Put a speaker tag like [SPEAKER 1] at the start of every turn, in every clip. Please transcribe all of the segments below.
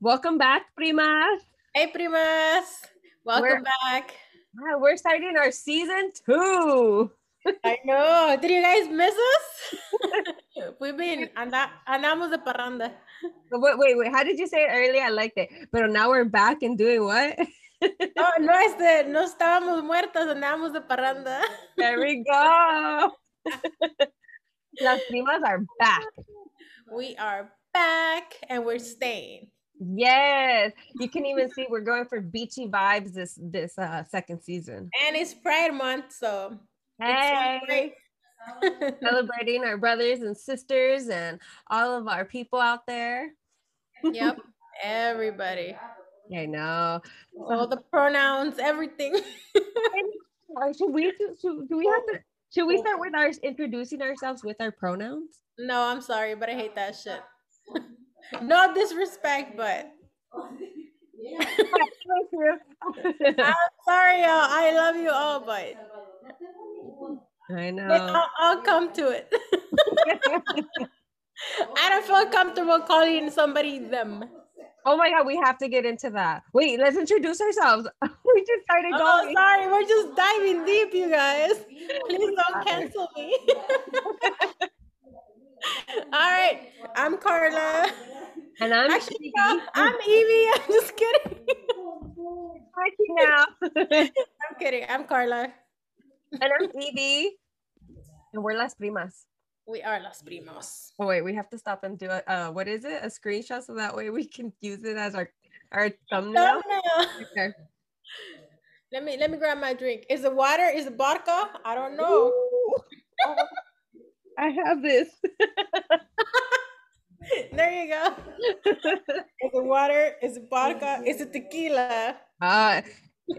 [SPEAKER 1] Welcome back, primas.
[SPEAKER 2] Hey, primas. Welcome
[SPEAKER 1] We're-
[SPEAKER 2] back.
[SPEAKER 1] Yeah, We're starting our season two.
[SPEAKER 2] I know. Did you guys miss us? We've been anda, andamos de parranda.
[SPEAKER 1] But Uh, Wait, wait, wait. How did you say it earlier? I liked it. But now we're back and doing what?
[SPEAKER 2] No, Oh, no, este, no estábamos muertas, andamos de parranda.
[SPEAKER 1] There we go. Las primas are back.
[SPEAKER 2] We are back and we're staying.
[SPEAKER 1] Yes. You can even see we're going for beachy vibes this this uh second season.
[SPEAKER 2] And it's Pride Month, so
[SPEAKER 1] Hey.
[SPEAKER 2] it's great.
[SPEAKER 1] Celebrating our brothers and sisters and all of our people out there.
[SPEAKER 2] yep, everybody.
[SPEAKER 1] I know.
[SPEAKER 2] All the pronouns, everything.
[SPEAKER 1] Or Should we do, should, do we have to should we start with our introducing ourselves with our pronouns?
[SPEAKER 2] No, I'm sorry, but I hate that shit. no disrespect, but sorry, y'all. I love you all, but
[SPEAKER 1] I know.
[SPEAKER 2] I'll, I'll come to it. I don't feel comfortable calling somebody them.
[SPEAKER 1] oh my god, we have to get into that. Wait, let's introduce ourselves. we just started
[SPEAKER 2] Oh,
[SPEAKER 1] going.
[SPEAKER 2] sorry, we're just diving deep, you guys. Please don't cancel me. All right, I'm Carla.
[SPEAKER 1] And I'm
[SPEAKER 2] Actually, no, I'm Evie. I'm just kidding.
[SPEAKER 1] Shiki now.
[SPEAKER 2] I'm kidding. I'm Carla.
[SPEAKER 1] and I'm Evie. And we're las primas.
[SPEAKER 2] We are Las Primos.
[SPEAKER 1] Oh wait, we have to stop and do a uh, what is it? A screenshot so that way we can use it as our our thumbnail.
[SPEAKER 2] Thumbnail.
[SPEAKER 1] Okay.
[SPEAKER 2] Let me let me grab my drink. Is it water? Is it vodka? I don't know.
[SPEAKER 1] I have this.
[SPEAKER 2] There you go. Is it water? Is it vodka? Is it tequila?
[SPEAKER 1] Uh,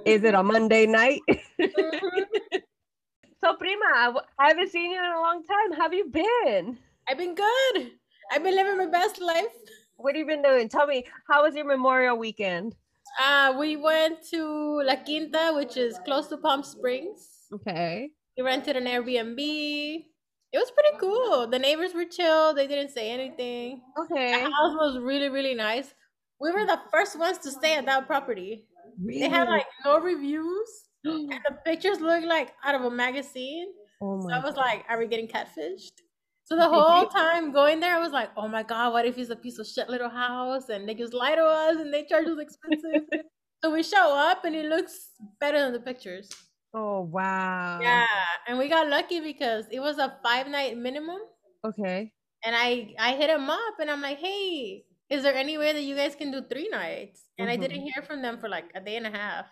[SPEAKER 1] is it a Monday night?
[SPEAKER 2] Mhm.
[SPEAKER 1] So prima, I w- I haven't seen you in a long time. How have you been?
[SPEAKER 2] I've been good. I've been living my best life.
[SPEAKER 1] What have you been doing? Tell me, how was your Memorial Weekend?
[SPEAKER 2] Uh, we went to La Quinta, which is close to Palm Springs.
[SPEAKER 1] Okay.
[SPEAKER 2] We rented an Airbnb. It was pretty cool. The neighbors were chill. They didn't say anything. The
[SPEAKER 1] Okay.
[SPEAKER 2] house was really, really nice. We were the first ones to stay at that property. They had like no reviews. And the pictures look like out of a magazine.
[SPEAKER 1] oh
[SPEAKER 2] So
[SPEAKER 1] my
[SPEAKER 2] I was like, are we getting catfished? So the whole time going there, I was like, oh my God, what if it's a piece of shit little house and they just lie to us and they charge us expensive? so we show up and it looks better than the pictures.
[SPEAKER 1] Oh wow.
[SPEAKER 2] Yeah. And we got lucky because it was a five night minimum.
[SPEAKER 1] Okay.
[SPEAKER 2] And I, I hit him up and I'm like, hey, is there any way that you guys can do three nights? And I didn't
[SPEAKER 1] Mm-hmm.
[SPEAKER 2] hear from them for like a day and a half.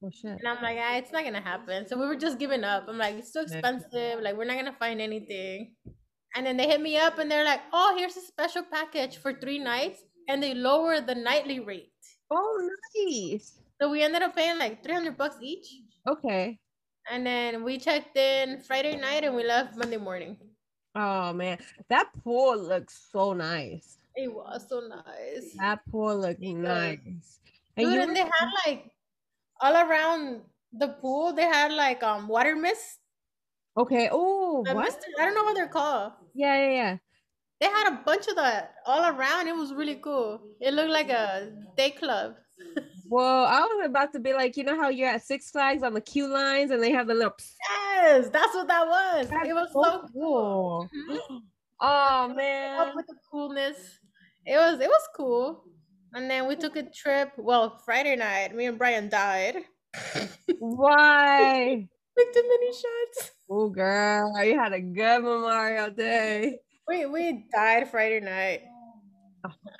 [SPEAKER 1] Well Oh, shit.
[SPEAKER 2] And I'm like, ah, it's not gonna happen. So we were just giving up. I'm like, it's too
[SPEAKER 1] Yeah.
[SPEAKER 2] expensive. Like, we're not gonna find anything. And then they hit me up and they're like, oh, here's a special package for three nights. And they lower the nightly rate.
[SPEAKER 1] Oh nice.
[SPEAKER 2] So we ended up paying like 300 bucks each.
[SPEAKER 1] Okay.
[SPEAKER 2] And then we checked in Friday night and we left Monday morning.
[SPEAKER 1] Oh man, that pool looks so nice.
[SPEAKER 2] It was so nice.
[SPEAKER 1] That pool looked
[SPEAKER 2] does.
[SPEAKER 1] nice. And
[SPEAKER 2] Dude,
[SPEAKER 1] you
[SPEAKER 2] and they had like all around the pool, they had like um water mist.
[SPEAKER 1] okay? Oh
[SPEAKER 2] Uh,
[SPEAKER 1] what?
[SPEAKER 2] mist- I don't know what they're called.
[SPEAKER 1] Yeah, yeah, yeah.
[SPEAKER 2] They had a bunch of that all around. It was really cool. It looked like a day club.
[SPEAKER 1] Well, I was about to be like, you know how you're at Six Flags on the queue lines and they have the little. psst?
[SPEAKER 2] Yes, that's what that was.
[SPEAKER 1] That's
[SPEAKER 2] it was
[SPEAKER 1] so
[SPEAKER 2] so cool.
[SPEAKER 1] cool.
[SPEAKER 2] Mhm.
[SPEAKER 1] Oh
[SPEAKER 2] Up
[SPEAKER 1] man.
[SPEAKER 2] with the coolness. It was it was cool. And then we took a trip. Well, Friday night, me and Brian died.
[SPEAKER 1] Why?
[SPEAKER 2] Took too many shots.
[SPEAKER 1] Oh girl, you had a good Memorial Day.
[SPEAKER 2] We we died Friday night.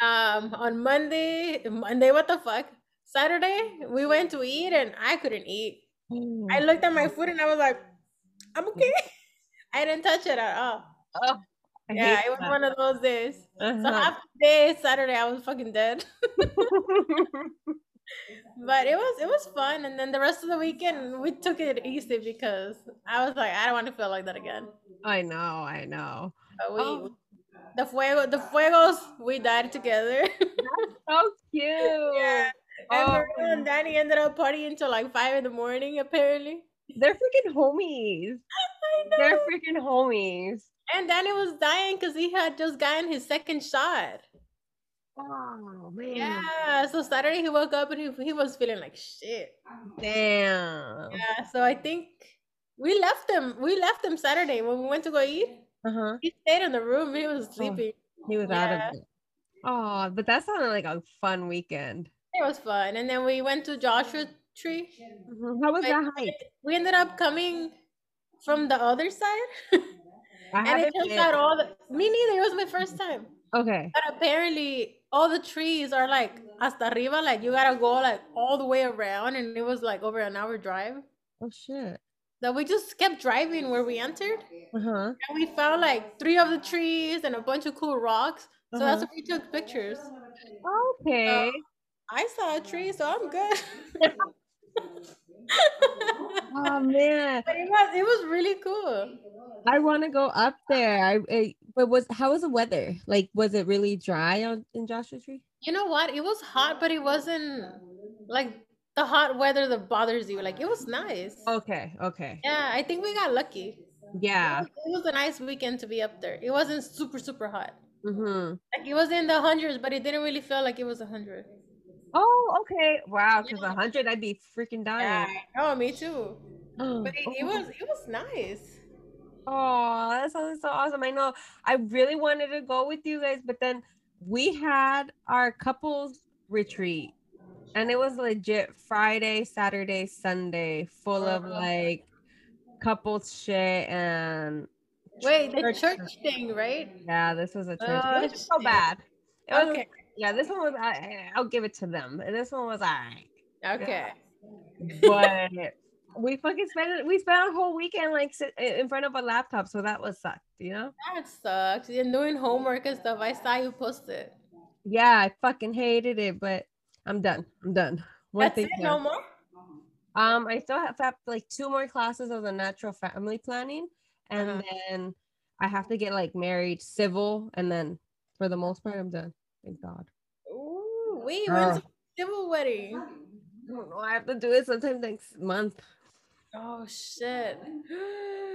[SPEAKER 2] Um, on Monday, Monday, what the fuck? Saturday, we went to eat and I couldn't eat. I looked at my food and I was like, I'm okay. I didn't touch it at all.
[SPEAKER 1] I
[SPEAKER 2] yeah,
[SPEAKER 1] hate
[SPEAKER 2] it was
[SPEAKER 1] that.
[SPEAKER 2] one of those days. So
[SPEAKER 1] Uh-huh.
[SPEAKER 2] after day Saturday, I was fucking dead. But it was it was fun. And then the rest of the weekend, we took it easy because I was like, I don't want to feel like that again.
[SPEAKER 1] I know, I know.
[SPEAKER 2] But we,
[SPEAKER 1] Oh.
[SPEAKER 2] the fuego, the fuegos, we died together.
[SPEAKER 1] So cute.
[SPEAKER 2] yeah. And
[SPEAKER 1] Oh,
[SPEAKER 2] Maria and Danny ended up partying until like five in the morning, apparently.
[SPEAKER 1] they're freaking homies.
[SPEAKER 2] I know.
[SPEAKER 1] They're freaking homies.
[SPEAKER 2] And Danny was dying because he had just gotten his second shot.
[SPEAKER 1] Oh man.
[SPEAKER 2] Yeah. So Saturday he woke up and he, he was feeling like shit.
[SPEAKER 1] Damn.
[SPEAKER 2] Yeah. So I think we left him. We left him Saturday when we went to go eat.
[SPEAKER 1] Uh-huh.
[SPEAKER 2] He stayed in the room. He
[SPEAKER 1] Oh.
[SPEAKER 2] was sleeping.
[SPEAKER 1] He was
[SPEAKER 2] Yeah.
[SPEAKER 1] out of it. Oh, but that sounded like a fun weekend.
[SPEAKER 2] It was fun. And then we went to Joshua Tree.
[SPEAKER 1] Mhm. How was
[SPEAKER 2] Like,
[SPEAKER 1] that hike?
[SPEAKER 2] We ended up coming from the other side.
[SPEAKER 1] I
[SPEAKER 2] and it
[SPEAKER 1] haven't
[SPEAKER 2] turns
[SPEAKER 1] been-
[SPEAKER 2] out all the me neither. It was my first time.
[SPEAKER 1] Okay.
[SPEAKER 2] But apparently all the trees are like hasta arriba, like you gotta go like all the way around and it was like over an hour drive.
[SPEAKER 1] Oh shit.
[SPEAKER 2] That we just kept driving where we entered.
[SPEAKER 1] Uh-huh.
[SPEAKER 2] And we found like three of the trees and a bunch of cool rocks. So that's
[SPEAKER 1] Uh-huh.
[SPEAKER 2] where we took pictures.
[SPEAKER 1] Okay.
[SPEAKER 2] I saw a tree, so I'm good.
[SPEAKER 1] Oh man.
[SPEAKER 2] But it was it was really cool.
[SPEAKER 1] I want to go up there. I, I but was how was the weather? Like was it really dry on in Joshua Tree?
[SPEAKER 2] You know what? It was hot, but it wasn't like the hot weather that bothers you. Like it was nice.
[SPEAKER 1] Okay, okay.
[SPEAKER 2] Yeah, I think we got lucky.
[SPEAKER 1] Yeah.
[SPEAKER 2] It was a nice weekend to be up there. It wasn't super super hot.
[SPEAKER 1] Mm-hmm.
[SPEAKER 2] Like it was in the hundreds, but it didn't really feel like it was a hundred.
[SPEAKER 1] Oh, okay. Wow, because
[SPEAKER 2] Yeah.
[SPEAKER 1] a hundred, I'd be freaking
[SPEAKER 2] Yeah,
[SPEAKER 1] dying.
[SPEAKER 2] oh, me too. But e, it, it
[SPEAKER 1] Oh.
[SPEAKER 2] was it was nice.
[SPEAKER 1] Oh, that sounds so awesome. I know I really wanted to go with you guys, but then we had our couples retreat and it was legit Friday, Saturday, Sunday, full of
[SPEAKER 2] Uh-huh.
[SPEAKER 1] like couples shit and
[SPEAKER 2] Wait, the
[SPEAKER 1] Church
[SPEAKER 2] church thing, right?
[SPEAKER 1] yeah, this was a church.
[SPEAKER 2] Oh,
[SPEAKER 1] it was so
[SPEAKER 2] shit.
[SPEAKER 1] bad. It was,
[SPEAKER 2] Okay.
[SPEAKER 1] yeah, this one was I- I, I'll give it to them. And this one was all right.
[SPEAKER 2] Okay.
[SPEAKER 1] but we fucking spent it. We spent a whole weekend like sit, in front of a laptop, so that was sucked, you know.
[SPEAKER 2] That sucks. And doing homework and stuff. I saw you post it.
[SPEAKER 1] Yeah, I fucking hated it, but I'm done. I'm done. One
[SPEAKER 2] That's it,
[SPEAKER 1] thing
[SPEAKER 2] no
[SPEAKER 1] done.
[SPEAKER 2] more?
[SPEAKER 1] Um, I still have, have like two more classes of the natural family planning, and
[SPEAKER 2] Uh-huh.
[SPEAKER 1] then I have to get like married civil, and then for the most part, I'm done. Thank God.
[SPEAKER 2] Ooh, we
[SPEAKER 1] Oh.
[SPEAKER 2] went to civil wedding.
[SPEAKER 1] I don't know. I have to do it sometime next month.
[SPEAKER 2] Oh shit.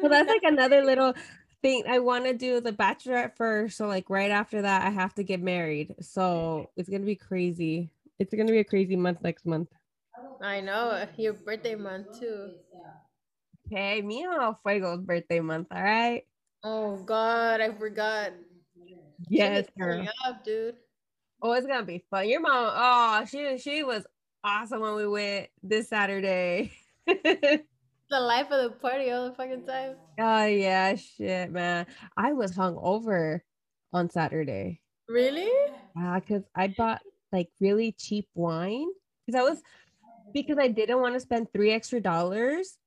[SPEAKER 1] Well, that's like another little thing. I want to do the bachelorette first. So, like, right after that, I have to get married. So, it's going to be crazy. It's going to be a crazy month next month.
[SPEAKER 2] I know your birthday month too.
[SPEAKER 1] Okay. Mio Fuego's birthday month. All right.
[SPEAKER 2] Oh god, I forgot. Shit
[SPEAKER 1] Yes,
[SPEAKER 2] is
[SPEAKER 1] girl.
[SPEAKER 2] coming up, dude.
[SPEAKER 1] Oh, it's going to be fun. Your mom, oh, she, she was awesome when we went this Saturday. oh,
[SPEAKER 2] The life of the party all the fucking time.
[SPEAKER 1] yeah. Shit, man. I was hungover on Saturday.
[SPEAKER 2] Really?
[SPEAKER 1] Yeah, because I bought like really cheap wine because I was because I didn't want to spend three extra dollars.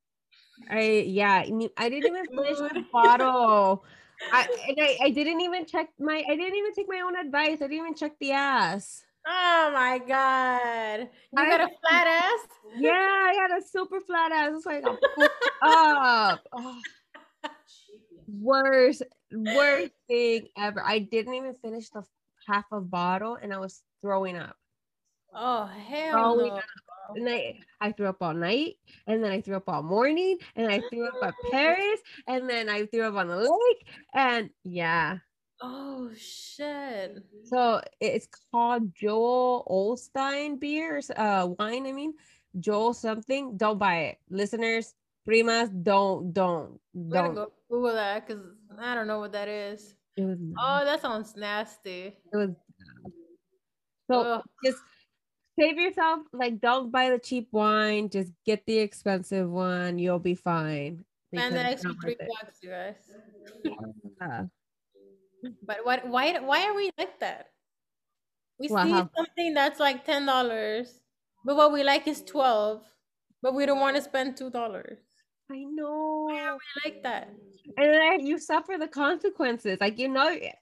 [SPEAKER 1] I yeah, I mean, I didn't even finish the
[SPEAKER 2] Mood.
[SPEAKER 1] bottle. I, and I, I didn't even check my I didn't even take my own advice. I didn't even check the ass.
[SPEAKER 2] Oh my god. You
[SPEAKER 1] I-
[SPEAKER 2] got a flat ass?
[SPEAKER 1] Yeah, I had a super flat ass. It's like I'm fucked up. Oh, worst worst thing ever. I didn't even finish the half a bottle and I was throwing up.
[SPEAKER 2] Oh hell
[SPEAKER 1] Growing
[SPEAKER 2] no.
[SPEAKER 1] up. And I, I threw up all night, and then I threw up all morning, and I threw up at
[SPEAKER 2] Oh.
[SPEAKER 1] Paris, and then I threw up on the lake, and yeah.
[SPEAKER 2] Oh shit.
[SPEAKER 1] So it- it's called Joel Olstein beer, or s- uh, wine. I mean, Joel something. Don't buy it, listeners, primas. Don't, don't,
[SPEAKER 2] We gotta
[SPEAKER 1] don't.
[SPEAKER 2] go Google that because I don't know what that is.
[SPEAKER 1] It was, not-
[SPEAKER 2] Oh, that sounds nasty.
[SPEAKER 1] it was so.
[SPEAKER 2] Ugh.
[SPEAKER 1] just save yourself like don't buy the cheap wine just get the expensive one you'll be fine
[SPEAKER 2] And
[SPEAKER 1] because
[SPEAKER 2] the
[SPEAKER 1] it's
[SPEAKER 2] extra
[SPEAKER 1] not
[SPEAKER 2] three
[SPEAKER 1] worth it.
[SPEAKER 2] bucks, you guys.
[SPEAKER 1] Yeah.
[SPEAKER 2] But what? Why? Why are we like that? We
[SPEAKER 1] Well,
[SPEAKER 2] see
[SPEAKER 1] how-
[SPEAKER 2] something that's like ten dollars, but what we like is twelve, but we don't want to spend two dollars.
[SPEAKER 1] i know
[SPEAKER 2] We like that.
[SPEAKER 1] and then I- you suffer the consequences like you know eh,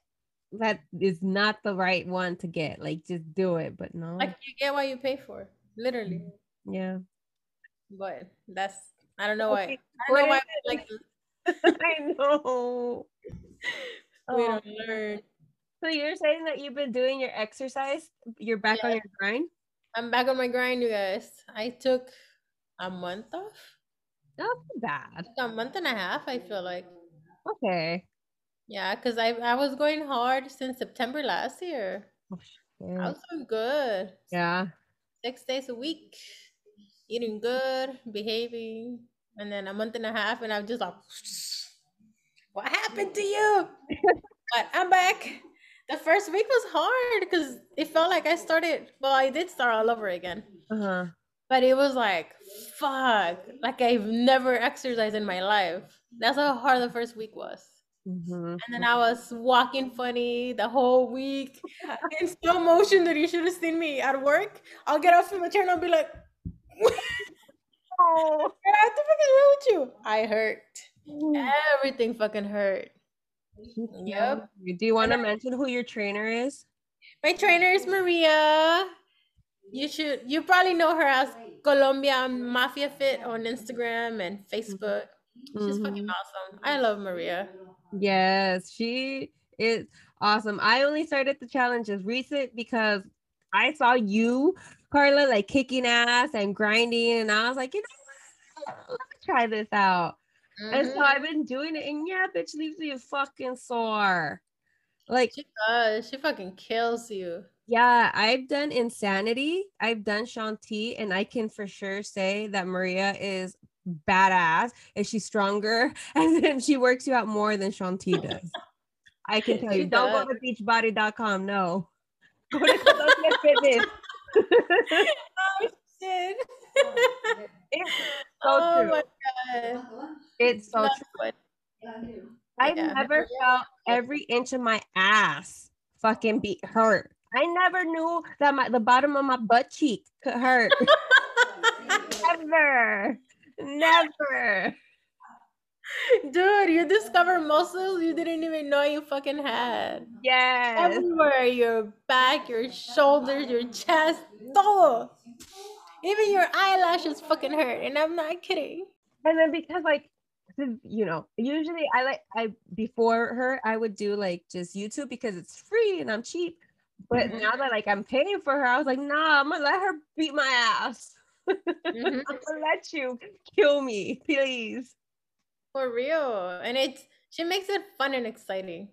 [SPEAKER 1] that is not the right one to get like just do it but no
[SPEAKER 2] Like you get what you pay for, literally.
[SPEAKER 1] yeah
[SPEAKER 2] But that's I don't know
[SPEAKER 1] Okay,
[SPEAKER 2] why. I don't know why
[SPEAKER 1] what
[SPEAKER 2] we like to-
[SPEAKER 1] i know
[SPEAKER 2] we
[SPEAKER 1] Oh,
[SPEAKER 2] don't learn.
[SPEAKER 1] so you're saying that you've been doing your exercise you're back on
[SPEAKER 2] Yeah.
[SPEAKER 1] your grind
[SPEAKER 2] I'm back on my grind, you guys. I took a month off,
[SPEAKER 1] not bad
[SPEAKER 2] a month and a half. I feel like.
[SPEAKER 1] okay
[SPEAKER 2] Yeah, because I I was going hard since September last year.
[SPEAKER 1] Oh, sh- Yeah.
[SPEAKER 2] I was doing good.
[SPEAKER 1] yeah.
[SPEAKER 2] Six days a week, eating good, behaving, and then a month and a half, and I'm just like, what happened to you? but I'm back. The first week was hard because it felt like I started. Well, I did start all over again,
[SPEAKER 1] Uh-huh.
[SPEAKER 2] but it was like, fuck, like I've never exercised in my life. That's how hard the first week was.
[SPEAKER 1] Mhm.
[SPEAKER 2] And then I was walking funny the whole week in slow motion that you should have seen me at work. I'll get off from the chair and I'll be like,
[SPEAKER 1] Oh.
[SPEAKER 2] "Girl, what the fuck is wrong with you? I hurt. Everything fucking hurt. Yep.
[SPEAKER 1] Do you want to mention who your trainer is?
[SPEAKER 2] My trainer is Maria. You should you probably know her as Colombia Mafia Fit on Instagram and Facebook. She's fucking awesome. I love Maria.
[SPEAKER 1] Yes, she is awesome. I only started the challenges recent because I saw you, Carla, like kicking ass and grinding, and I was like, you know, what? let me try this out. And so
[SPEAKER 2] Mhm.
[SPEAKER 1] I've been doing it, and yeah, bitch leaves you fucking sore. Like,
[SPEAKER 2] She does. She fucking kills you.
[SPEAKER 1] yeah, I've done Insanity, I've done Shanti, and I can for sure say that Maria is badass and she's stronger and then she works you out more than Shanti does. I can tell
[SPEAKER 2] She
[SPEAKER 1] you, don't go
[SPEAKER 2] does.
[SPEAKER 1] to beachbody.com. No, go to Columbia Fitness.
[SPEAKER 2] Oh shit.
[SPEAKER 1] It's so
[SPEAKER 2] oh
[SPEAKER 1] true.
[SPEAKER 2] my god.
[SPEAKER 1] It's so
[SPEAKER 2] Love
[SPEAKER 1] true.
[SPEAKER 2] it.
[SPEAKER 1] I've
[SPEAKER 2] Yeah.
[SPEAKER 1] never felt every inch of my ass fucking be hurt. I never knew that my the bottom of my butt cheek could hurt. never, never.
[SPEAKER 2] Dude, you discover muscles you didn't even know you fucking had.
[SPEAKER 1] Yes.
[SPEAKER 2] Everywhere your back, your shoulders, your chest, todo. Even your eyelashes fucking hurt, and I'm not kidding.
[SPEAKER 1] and then because like the- you know usually i like i before her i would do like just youtube because it's free and i'm cheap but
[SPEAKER 2] Mhm.
[SPEAKER 1] now that like i'm paying for her i was like nah i'm gonna let her beat my ass
[SPEAKER 2] Mhm.
[SPEAKER 1] i'm gonna let you kill me please
[SPEAKER 2] For real. And it's she makes it fun and exciting.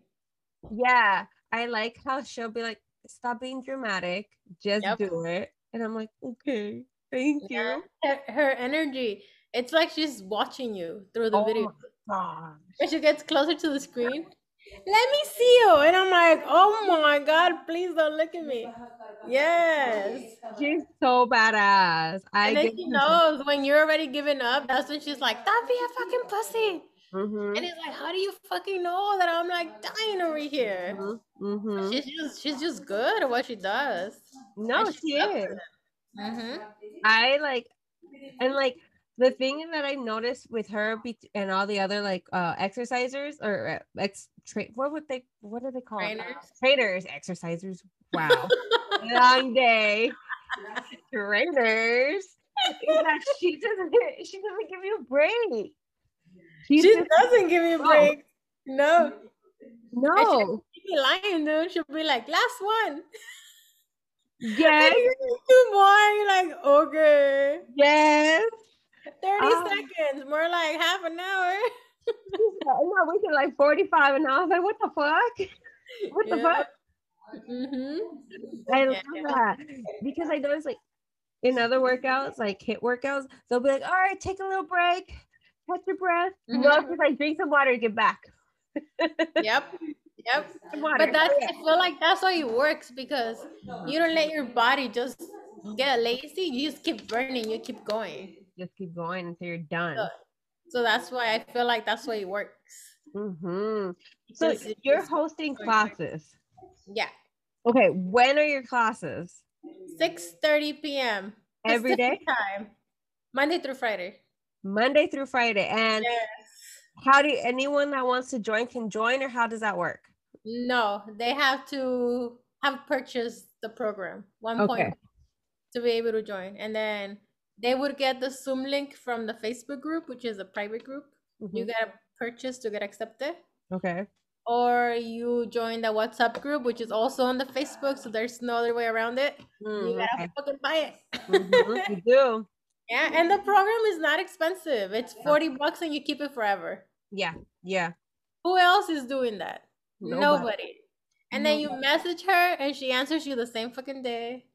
[SPEAKER 1] yeah i like how she'll be like stop being dramatic just
[SPEAKER 2] Yep.
[SPEAKER 1] do it and i'm like okay thank
[SPEAKER 2] Yeah.
[SPEAKER 1] you
[SPEAKER 2] Her, her energy. It's like she's watching you through the
[SPEAKER 1] Oh
[SPEAKER 2] video.
[SPEAKER 1] my Aw.
[SPEAKER 2] When she gets closer to the screen, let me see you. And I'm like, oh my God, please don't look at me. Yes.
[SPEAKER 1] she's so badass i
[SPEAKER 2] And then
[SPEAKER 1] give
[SPEAKER 2] she
[SPEAKER 1] her-
[SPEAKER 2] knows when you're already giving up, that's when she's like, don't be a fucking pussy.
[SPEAKER 1] Mhm,
[SPEAKER 2] And it's like, how do you fucking know that I'm like dying over here?
[SPEAKER 1] mhm, mhm.
[SPEAKER 2] She's just she's just good at what she does.
[SPEAKER 1] No,
[SPEAKER 2] she's
[SPEAKER 1] she
[SPEAKER 2] up for
[SPEAKER 1] is.
[SPEAKER 2] hmm
[SPEAKER 1] Mm-hmm. I like, and like the thing that I noticed with her be- and all the other like uh exercisers or uh, ex tra- what would they what are they called
[SPEAKER 2] Trainers.
[SPEAKER 1] trainers exercisers wow long day trainers is that she doesn't she doesn't give you a break she's
[SPEAKER 2] She
[SPEAKER 1] just, Oh.
[SPEAKER 2] doesn't give me a
[SPEAKER 1] No.
[SPEAKER 2] break. No.
[SPEAKER 1] no
[SPEAKER 2] She be lying, dude. She'll be like, last one.
[SPEAKER 1] yes
[SPEAKER 2] Two more. You're like, okay.
[SPEAKER 1] yes
[SPEAKER 2] 30
[SPEAKER 1] Oh.
[SPEAKER 2] seconds, more like half an hour.
[SPEAKER 1] She's like, no we did like 45 and I was like what the fuck what the fuck
[SPEAKER 2] hmm
[SPEAKER 1] I
[SPEAKER 2] Yeah.
[SPEAKER 1] love that because I notice like in other workouts, like hit workouts, they'll be like, "All right, take a little break, catch your breath." No,
[SPEAKER 2] Mhm.
[SPEAKER 1] it's just like drink some water, get back.
[SPEAKER 2] Yep. Yep.
[SPEAKER 1] Some water.
[SPEAKER 2] But that's I feel like that's how it works because you don't let your body just get lazy. You just keep burning, you keep going.
[SPEAKER 1] just keep going until you're done.
[SPEAKER 2] Yeah. So that's why I feel like that's why it works.
[SPEAKER 1] hmm So
[SPEAKER 2] because it
[SPEAKER 1] you're
[SPEAKER 2] just-
[SPEAKER 1] hosting
[SPEAKER 2] going back.
[SPEAKER 1] classes.
[SPEAKER 2] yeah.
[SPEAKER 1] Okay, when are your classes?
[SPEAKER 2] Six thirty p.m.
[SPEAKER 1] Every day,
[SPEAKER 2] Pacific time. Monday through Friday.
[SPEAKER 1] Monday through Friday. And
[SPEAKER 2] Yes.
[SPEAKER 1] how do you, anyone that wants to join can join, or how does that work?
[SPEAKER 2] No, they have to have purchased the program one
[SPEAKER 1] Okay.
[SPEAKER 2] point to be able to join, and then they would get the Zoom link from the Facebook group, which is a private group. You
[SPEAKER 1] Mhm.
[SPEAKER 2] gotta purchase to get accepted,
[SPEAKER 1] Okay.
[SPEAKER 2] or you join the WhatsApp group, which is also on the Facebook, so there's no other way around it. You
[SPEAKER 1] Mm,
[SPEAKER 2] gotta
[SPEAKER 1] okay.
[SPEAKER 2] fucking buy it.
[SPEAKER 1] Mhm, You do.
[SPEAKER 2] Yeah, and the program is not expensive. It's forty bucks, and you keep it forever.
[SPEAKER 1] Yeah. Yeah.
[SPEAKER 2] Who else is doing that? Nobody. And then you message her and she answers you the same fucking day.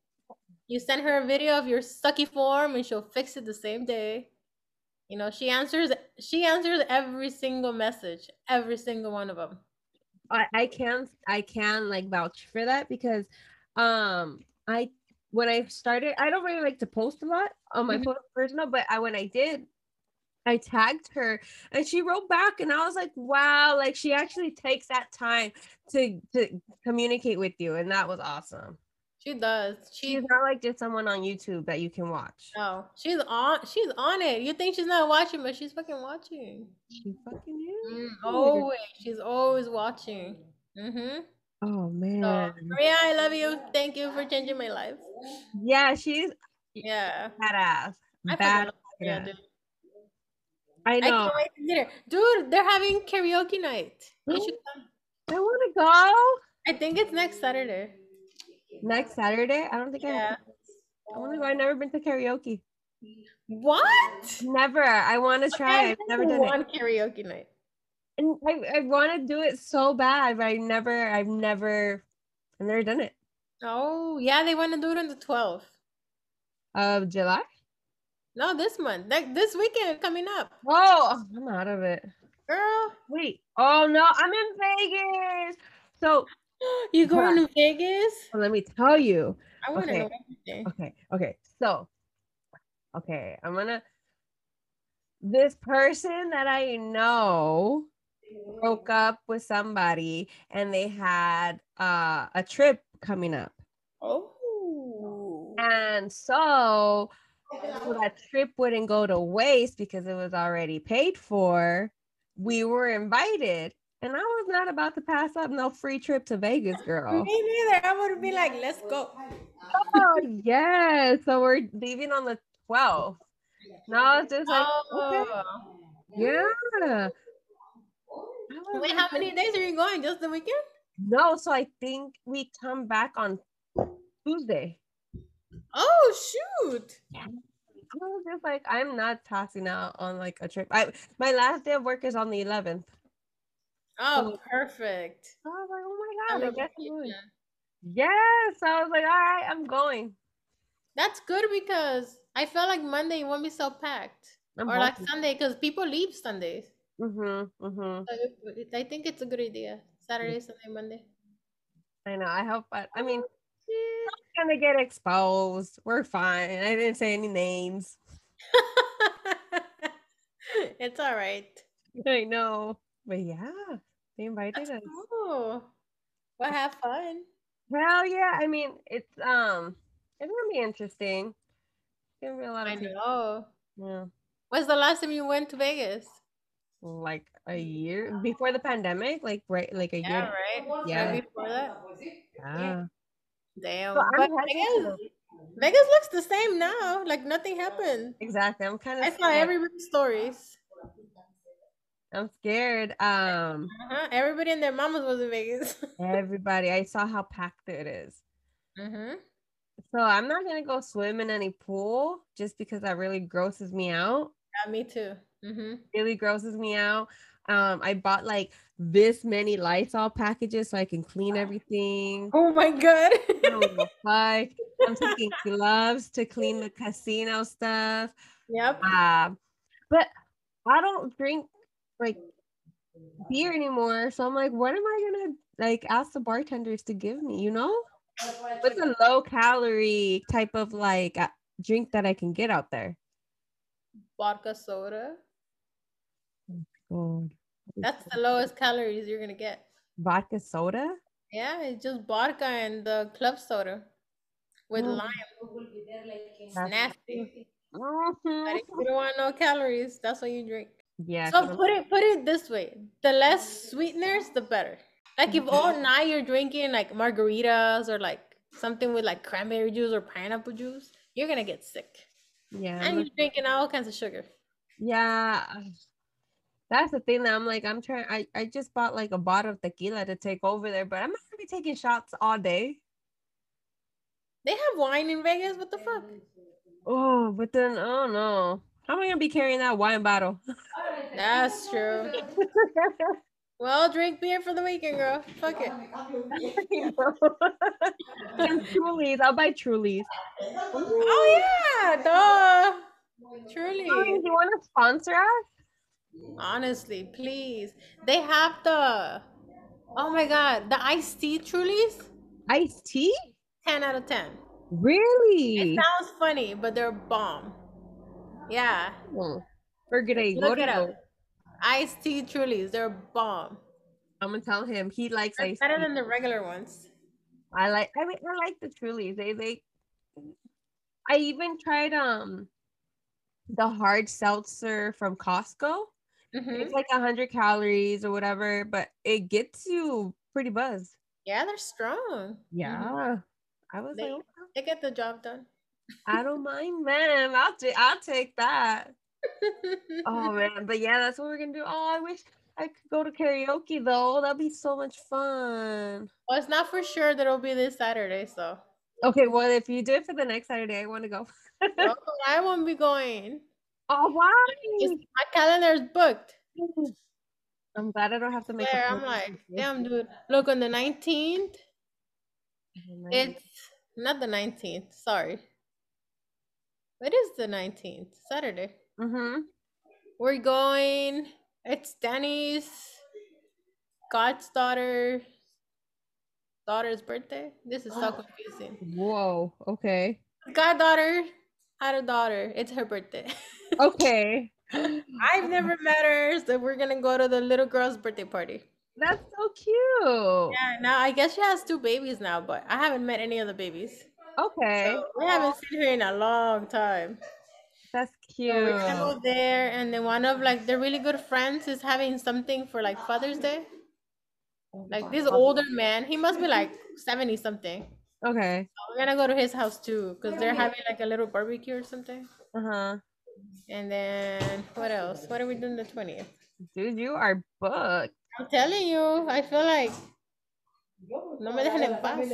[SPEAKER 2] You send her a video of your sucky form and she'll fix it the same day. You know, she answers she answers every single message, every single one of them.
[SPEAKER 1] I, I can I can like vouch for that because um I when I started I don't really like to post a lot on my
[SPEAKER 2] Mhm.
[SPEAKER 1] photo personal, but I when I did I tagged her and she wrote back and I was like, wow, like she actually takes that time to to communicate with you and that was awesome.
[SPEAKER 2] She does. She
[SPEAKER 1] She's not like just someone on YouTube that you can watch.
[SPEAKER 2] no, she's on she's on it. You think she's not watching, but she's fucking watching.
[SPEAKER 1] She fucking is.
[SPEAKER 2] Mm, always. She's always watching. Mm-hmm.
[SPEAKER 1] Oh
[SPEAKER 2] So,
[SPEAKER 1] man.
[SPEAKER 2] Maria, I love you. Thank you for changing my life.
[SPEAKER 1] Yeah, she's
[SPEAKER 2] Yeah.
[SPEAKER 1] badass.
[SPEAKER 2] I fucking
[SPEAKER 1] Bad.
[SPEAKER 2] love Maria,
[SPEAKER 1] badass.
[SPEAKER 2] dude.
[SPEAKER 1] I
[SPEAKER 2] I
[SPEAKER 1] know.
[SPEAKER 2] can't wait to get her. Dude, they're having karaoke night. You should come.
[SPEAKER 1] I want to go.
[SPEAKER 2] I think it's next Saturday.
[SPEAKER 1] Next Saturday? I don't think
[SPEAKER 2] Yeah.
[SPEAKER 1] I, I want to go. I've never been to karaoke.
[SPEAKER 2] What?
[SPEAKER 1] Never. I want to try. I've
[SPEAKER 2] I've
[SPEAKER 1] never done it.
[SPEAKER 2] one karaoke night.
[SPEAKER 1] And I, I want to do it so bad, but I never, I've never, I've never done it.
[SPEAKER 2] Oh, yeah, they want to do it on the 12th.
[SPEAKER 1] Of July?
[SPEAKER 2] No, this month. Like this weekend coming up.
[SPEAKER 1] Oh, I'm out of it.
[SPEAKER 2] Girl,
[SPEAKER 1] Wait. Oh no, I'm in Vegas. So
[SPEAKER 2] you going to Vegas?
[SPEAKER 1] let me tell you.
[SPEAKER 2] I want to
[SPEAKER 1] Okay.
[SPEAKER 2] know everything.
[SPEAKER 1] Okay. Okay. So, okay, I'm gonna. This person that I know broke up with somebody, and they had uh, a trip coming up,
[SPEAKER 2] Oh.
[SPEAKER 1] and so so that trip wouldn't go to waste because it was already paid for. We were invited, and I was not about to pass up no free trip to Vegas, girl.
[SPEAKER 2] Me neither. I would be like, let's go.
[SPEAKER 1] Oh yes. So we're leaving on the 12th. No, it's just like okay.
[SPEAKER 2] Oh.
[SPEAKER 1] yeah. I was
[SPEAKER 2] Wait,
[SPEAKER 1] like,
[SPEAKER 2] how many days are you going? Just the weekend?
[SPEAKER 1] No, so I think we come back on Tuesday.
[SPEAKER 2] Oh shoot.
[SPEAKER 1] I was just like, I'm not passing out on like a trip. I my last day of work is on the 11th.
[SPEAKER 2] Oh, perfect.
[SPEAKER 1] So I was like,
[SPEAKER 2] I'm
[SPEAKER 1] oh my god, I
[SPEAKER 2] on
[SPEAKER 1] guess I'm going.
[SPEAKER 2] vacation.
[SPEAKER 1] Yes. So I was like, all right, I'm going.
[SPEAKER 2] That's good because I felt like Monday won't be so packed,
[SPEAKER 1] I'm
[SPEAKER 2] or like Sunday because people leave Sundays.
[SPEAKER 1] mm-hmm, mm-hmm.
[SPEAKER 2] So it- it- I think it's a good idea. Saturday, Sunday, Monday.
[SPEAKER 1] I know. I hope I, I
[SPEAKER 2] Oh.
[SPEAKER 1] mean gonna get exposed. We're fine. I didn't say any names.
[SPEAKER 2] it's all right.
[SPEAKER 1] I know. But yeah, they invited
[SPEAKER 2] That's
[SPEAKER 1] us.
[SPEAKER 2] cool. Well, have fun.
[SPEAKER 1] Well, yeah, I mean, it's um it's gonna be interesting. It's gonna be a lot
[SPEAKER 2] I
[SPEAKER 1] of people.
[SPEAKER 2] know.
[SPEAKER 1] Yeah.
[SPEAKER 2] When's the last time you went to Vegas?
[SPEAKER 1] Like a year before the pandemic, like right like a
[SPEAKER 2] Yeah,
[SPEAKER 1] year.
[SPEAKER 2] right.
[SPEAKER 1] Yeah.
[SPEAKER 2] Right before that.
[SPEAKER 1] Yeah.
[SPEAKER 2] Damn.
[SPEAKER 1] So I'm
[SPEAKER 2] but Vegas,
[SPEAKER 1] hesitant.
[SPEAKER 2] Vegas looks the same now. Like nothing happened.
[SPEAKER 1] Exactly. I'm kind of
[SPEAKER 2] I saw everybody's stories.
[SPEAKER 1] I'm scared. Um
[SPEAKER 2] Uh-huh. Everybody and their mamas was in Vegas.
[SPEAKER 1] everybody, I saw how packed it is.
[SPEAKER 2] Mm-hmm.
[SPEAKER 1] So I'm not gonna go swim in any pool just because that really grosses me out.
[SPEAKER 2] Yeah, me too. Mm-hmm.
[SPEAKER 1] really grosses me out. Um, I bought like this many Lysol packages so I can clean everything.
[SPEAKER 2] Oh my god.
[SPEAKER 1] I don't give a fuck. I'm taking gloves to clean the casino stuff.
[SPEAKER 2] yep.
[SPEAKER 1] Um, but I don't drink like beer anymore, so I'm like, what am I gonna like ask the bartenders to give me? You know, what's a low calorie type of like uh, drink that I can get out there?
[SPEAKER 2] Vodka soda.
[SPEAKER 1] Oh,
[SPEAKER 2] That's the lowest calories you're gonna get.
[SPEAKER 1] vodka soda.
[SPEAKER 2] Yeah, it's just vodka and the club soda with
[SPEAKER 1] Mm.
[SPEAKER 2] lime. It's
[SPEAKER 1] That's-
[SPEAKER 2] nasty. But
[SPEAKER 1] Mhm.
[SPEAKER 2] if you don't want no calories, that's what you drink.
[SPEAKER 1] Yeah. 'cause
[SPEAKER 2] So
[SPEAKER 1] I'm-
[SPEAKER 2] put it put it this way: the less sweeteners, the better. Like if all night you're drinking like margaritas or like something with like cranberry juice or pineapple juice, you're gonna get sick,
[SPEAKER 1] Yeah.
[SPEAKER 2] and
[SPEAKER 1] I'm
[SPEAKER 2] you're drinking all kinds of sugar.
[SPEAKER 1] Yeah. I- That's the thing that I'm like, I'm trying I, I just bought like a bottle of tequila to take over there, but I'm not gonna be taking shots all day.
[SPEAKER 2] They have wine in Vegas. What the fuck?
[SPEAKER 1] Oh, but then I don't know. How am I gonna be carrying that wine bottle?
[SPEAKER 2] That's true. Well, drink beer for the weekend, girl. Fuck it.
[SPEAKER 1] And Trulies. I'll buy Trulies.
[SPEAKER 2] oh yeah, duh.
[SPEAKER 1] Trulies,
[SPEAKER 2] Truly.
[SPEAKER 1] you want to sponsor us?
[SPEAKER 2] Honestly, please. They have the oh my god, the iced tea Trulies.
[SPEAKER 1] Iced tea?
[SPEAKER 2] Ten out of ten. It
[SPEAKER 1] Really?
[SPEAKER 2] sounds funny, but they're bomb. Yeah.
[SPEAKER 1] Oh, We're gonna go
[SPEAKER 2] Look
[SPEAKER 1] to
[SPEAKER 2] it up.
[SPEAKER 1] go.
[SPEAKER 2] Iced tea Trulies, they're bomb.
[SPEAKER 1] I'm gonna tell him he likes
[SPEAKER 2] They're
[SPEAKER 1] iced
[SPEAKER 2] better
[SPEAKER 1] tea.
[SPEAKER 2] than the regular ones.
[SPEAKER 1] I like I mean I like the Trulies. They they I even tried um the hard seltzer from Costco.
[SPEAKER 2] Mhm.
[SPEAKER 1] It's like 100 calories or whatever, but it gets you pretty buzzed.
[SPEAKER 2] Yeah, they're strong.
[SPEAKER 1] Mm-hmm. I was
[SPEAKER 2] They-
[SPEAKER 1] like, "Oh."
[SPEAKER 2] They get the job done.
[SPEAKER 1] I don't mind, man. I'll do, I'll take that. Oh man, but yeah, that's what we're gonna do. Oh, I wish I could go to karaoke though. That'd be so much fun.
[SPEAKER 2] Well, it's not for sure that it'll be this Saturday, so
[SPEAKER 1] Okay, well, if you do it for the next Saturday, I want to go.
[SPEAKER 2] Well, I won't be going.
[SPEAKER 1] Oh, why?
[SPEAKER 2] It's, my calendar's booked.
[SPEAKER 1] I'm glad I don't have to make.
[SPEAKER 2] There, I'm like, damn, dude. Look, on the 19th, it's not the 19th. Sorry. It is the 19th, Saturday.
[SPEAKER 1] Mm-hmm.
[SPEAKER 2] We're going. It's Danny's God's daughter, daughter's birthday. This is so confusing.
[SPEAKER 1] Whoa. Okay.
[SPEAKER 2] Goddaughter had a daughter. It's her birthday.
[SPEAKER 1] Okay.
[SPEAKER 2] I've never met her, so we're gonna go to the little girl's birthday party.
[SPEAKER 1] That's so cute.
[SPEAKER 2] Yeah, now I guess she has two babies now, but I haven't met any of the babies.
[SPEAKER 1] Okay.
[SPEAKER 2] So we haven't seen her in a long time.
[SPEAKER 1] That's cute.
[SPEAKER 2] So we're gonna go there, and then one of like the really good friends is having something for like Father's Day. Like this older man, he must be like seventy something. So
[SPEAKER 1] Okay.
[SPEAKER 2] we're gonna go to his house too, cause they're having like a little barbecue or something.
[SPEAKER 1] Uh huh.
[SPEAKER 2] And then what else? What are we doing the twentieth?
[SPEAKER 1] Dude, you are booked.
[SPEAKER 2] I'm telling you, I feel like no me dejan en paz.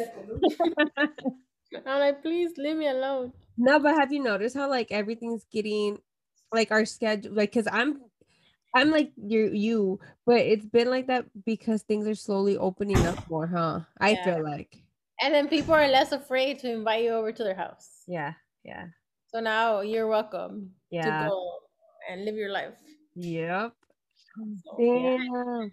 [SPEAKER 2] I'm like, please leave me alone.
[SPEAKER 1] No, but have you noticed how like everything's getting like our schedule like cuz I'm I'm like you you, but it's been like that because things are slowly opening up more, huh? I
[SPEAKER 2] Yeah.
[SPEAKER 1] feel like.
[SPEAKER 2] And then people are less afraid to invite you over to their house.
[SPEAKER 1] Yeah. Yeah.
[SPEAKER 2] So now you're welcome to
[SPEAKER 1] Yeah.
[SPEAKER 2] go and live your life.
[SPEAKER 1] Yep.
[SPEAKER 2] yeah.
[SPEAKER 1] Damn.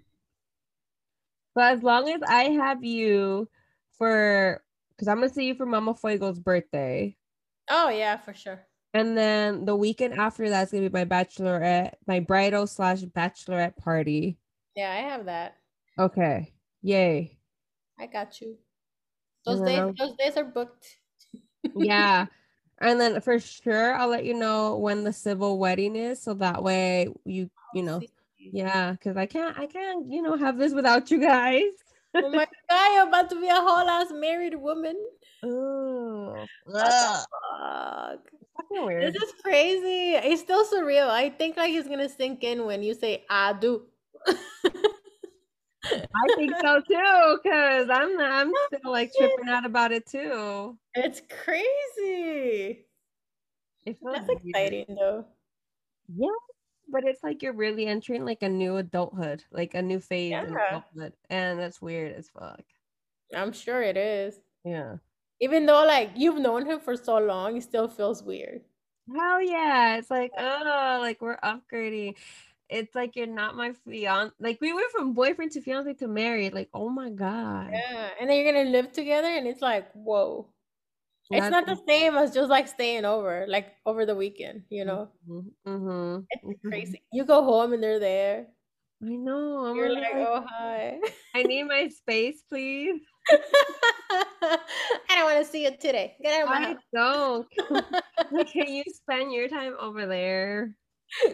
[SPEAKER 1] But as long as I have you for cuz I'm going to see you for Mama Fuego's birthday.
[SPEAKER 2] Oh yeah, for sure.
[SPEAKER 1] And then the weekend after that's gonna be my bachelorette, my bridal slash bachelorette party.
[SPEAKER 2] Yeah, I have that.
[SPEAKER 1] Okay. Yay.
[SPEAKER 2] I got you.
[SPEAKER 1] And
[SPEAKER 2] Those
[SPEAKER 1] then
[SPEAKER 2] days,
[SPEAKER 1] I'll-
[SPEAKER 2] those days are booked.
[SPEAKER 1] yeah. And then for sure I'll let you know when the civil wedding is so that way you you know yeah cuz I can't I can't you know have this without you guys.
[SPEAKER 2] Oh my god, you're about to be a whole ass married woman.
[SPEAKER 1] Ooh.
[SPEAKER 2] Fuck.
[SPEAKER 1] Fucking
[SPEAKER 2] This
[SPEAKER 1] weird.
[SPEAKER 2] is crazy. It's still surreal. I think like it's gonna sink in when you say I do.
[SPEAKER 1] I think so too cuz I'm I'm still like
[SPEAKER 2] shit.
[SPEAKER 1] tripping out about it too.
[SPEAKER 2] It's crazy.
[SPEAKER 1] It feels
[SPEAKER 2] That's
[SPEAKER 1] weird.
[SPEAKER 2] exciting though.
[SPEAKER 1] Yeah, but it's like you're really entering like a new adulthood, like a new phase in
[SPEAKER 2] Yeah.
[SPEAKER 1] adulthood, and that's weird as fuck.
[SPEAKER 2] I'm sure it is.
[SPEAKER 1] Yeah.
[SPEAKER 2] Even though like you've known him for so long, it still feels weird.
[SPEAKER 1] Hell yeah! It's like oh, like we're upgrading. It's like you're not my fiance. Like we went from boyfriend to fiance to married. Like oh my god.
[SPEAKER 2] Yeah. And then you're gonna live together and it's like, whoa. It's
[SPEAKER 1] That's-
[SPEAKER 2] not the same as just like staying over, like over the weekend, you know?
[SPEAKER 1] Mhm, mhm,
[SPEAKER 2] It's
[SPEAKER 1] mhm.
[SPEAKER 2] crazy. You go home and they're there.
[SPEAKER 1] I know. I'm
[SPEAKER 2] You're
[SPEAKER 1] really
[SPEAKER 2] like,
[SPEAKER 1] like,
[SPEAKER 2] oh hi.
[SPEAKER 1] I need my space, please.
[SPEAKER 2] I don't wanna see you today. Get out of my
[SPEAKER 1] I
[SPEAKER 2] house.
[SPEAKER 1] don't. Can you spend your time over there?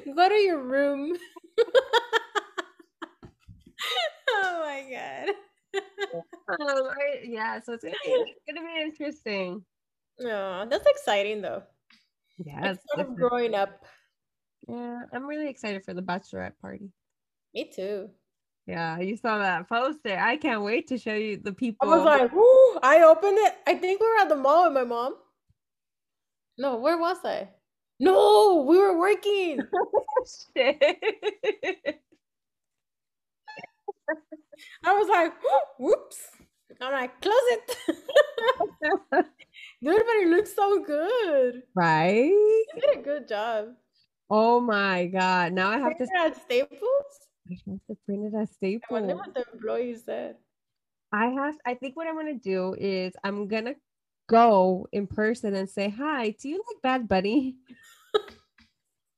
[SPEAKER 2] Go to your room. oh my god.
[SPEAKER 1] Um, I- yeah, so it's gonna be it's gonna be interesting.
[SPEAKER 2] No, that's exciting though.
[SPEAKER 1] Yeah,
[SPEAKER 2] It's
[SPEAKER 1] it's
[SPEAKER 2] sort of
[SPEAKER 1] different.
[SPEAKER 2] growing up.
[SPEAKER 1] yeah, I'm really excited for the bachelorette party.
[SPEAKER 2] Me too.
[SPEAKER 1] Yeah, you saw that poster. I can't wait to show you the
[SPEAKER 2] I
[SPEAKER 1] people.
[SPEAKER 2] was like, Woo! I opened it. I think we were at the mall with my mom. No, where was I? No, we were working.
[SPEAKER 1] Shit.
[SPEAKER 2] I was like, whoops. I'm like, close it. Dude, but it looks so good.
[SPEAKER 1] right?
[SPEAKER 2] You did a good job.
[SPEAKER 1] Oh my god! Now I have to.
[SPEAKER 2] You're at Staples?
[SPEAKER 1] I have to print it as
[SPEAKER 2] I wonder
[SPEAKER 1] staple.
[SPEAKER 2] what the employee said.
[SPEAKER 1] I have. I think what I'm gonna do is I'm gonna go in person and say hi. Do you like Bad Bunny?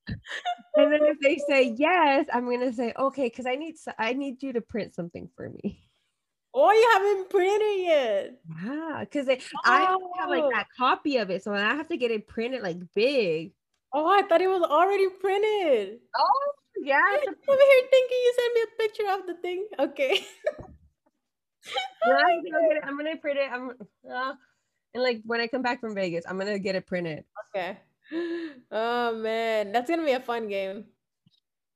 [SPEAKER 1] and then if they say yes, I'm gonna say okay because I need s- I need you to print something for me.
[SPEAKER 2] Oh, you haven't printed yet.
[SPEAKER 1] Yeah, because I don't have like
[SPEAKER 2] Oh.
[SPEAKER 1] that copy of it, so I have to get it printed like big.
[SPEAKER 2] Oh, I thought it was already printed.
[SPEAKER 1] Oh yeah,
[SPEAKER 2] I'm over here thinking you sent me a picture of the thing. Okay.
[SPEAKER 1] Right, I'm, gonna, I'm gonna print it. I'm uh, and like when I come back from Vegas, I'm gonna get it printed.
[SPEAKER 2] Okay. Oh man, that's gonna be a fun game.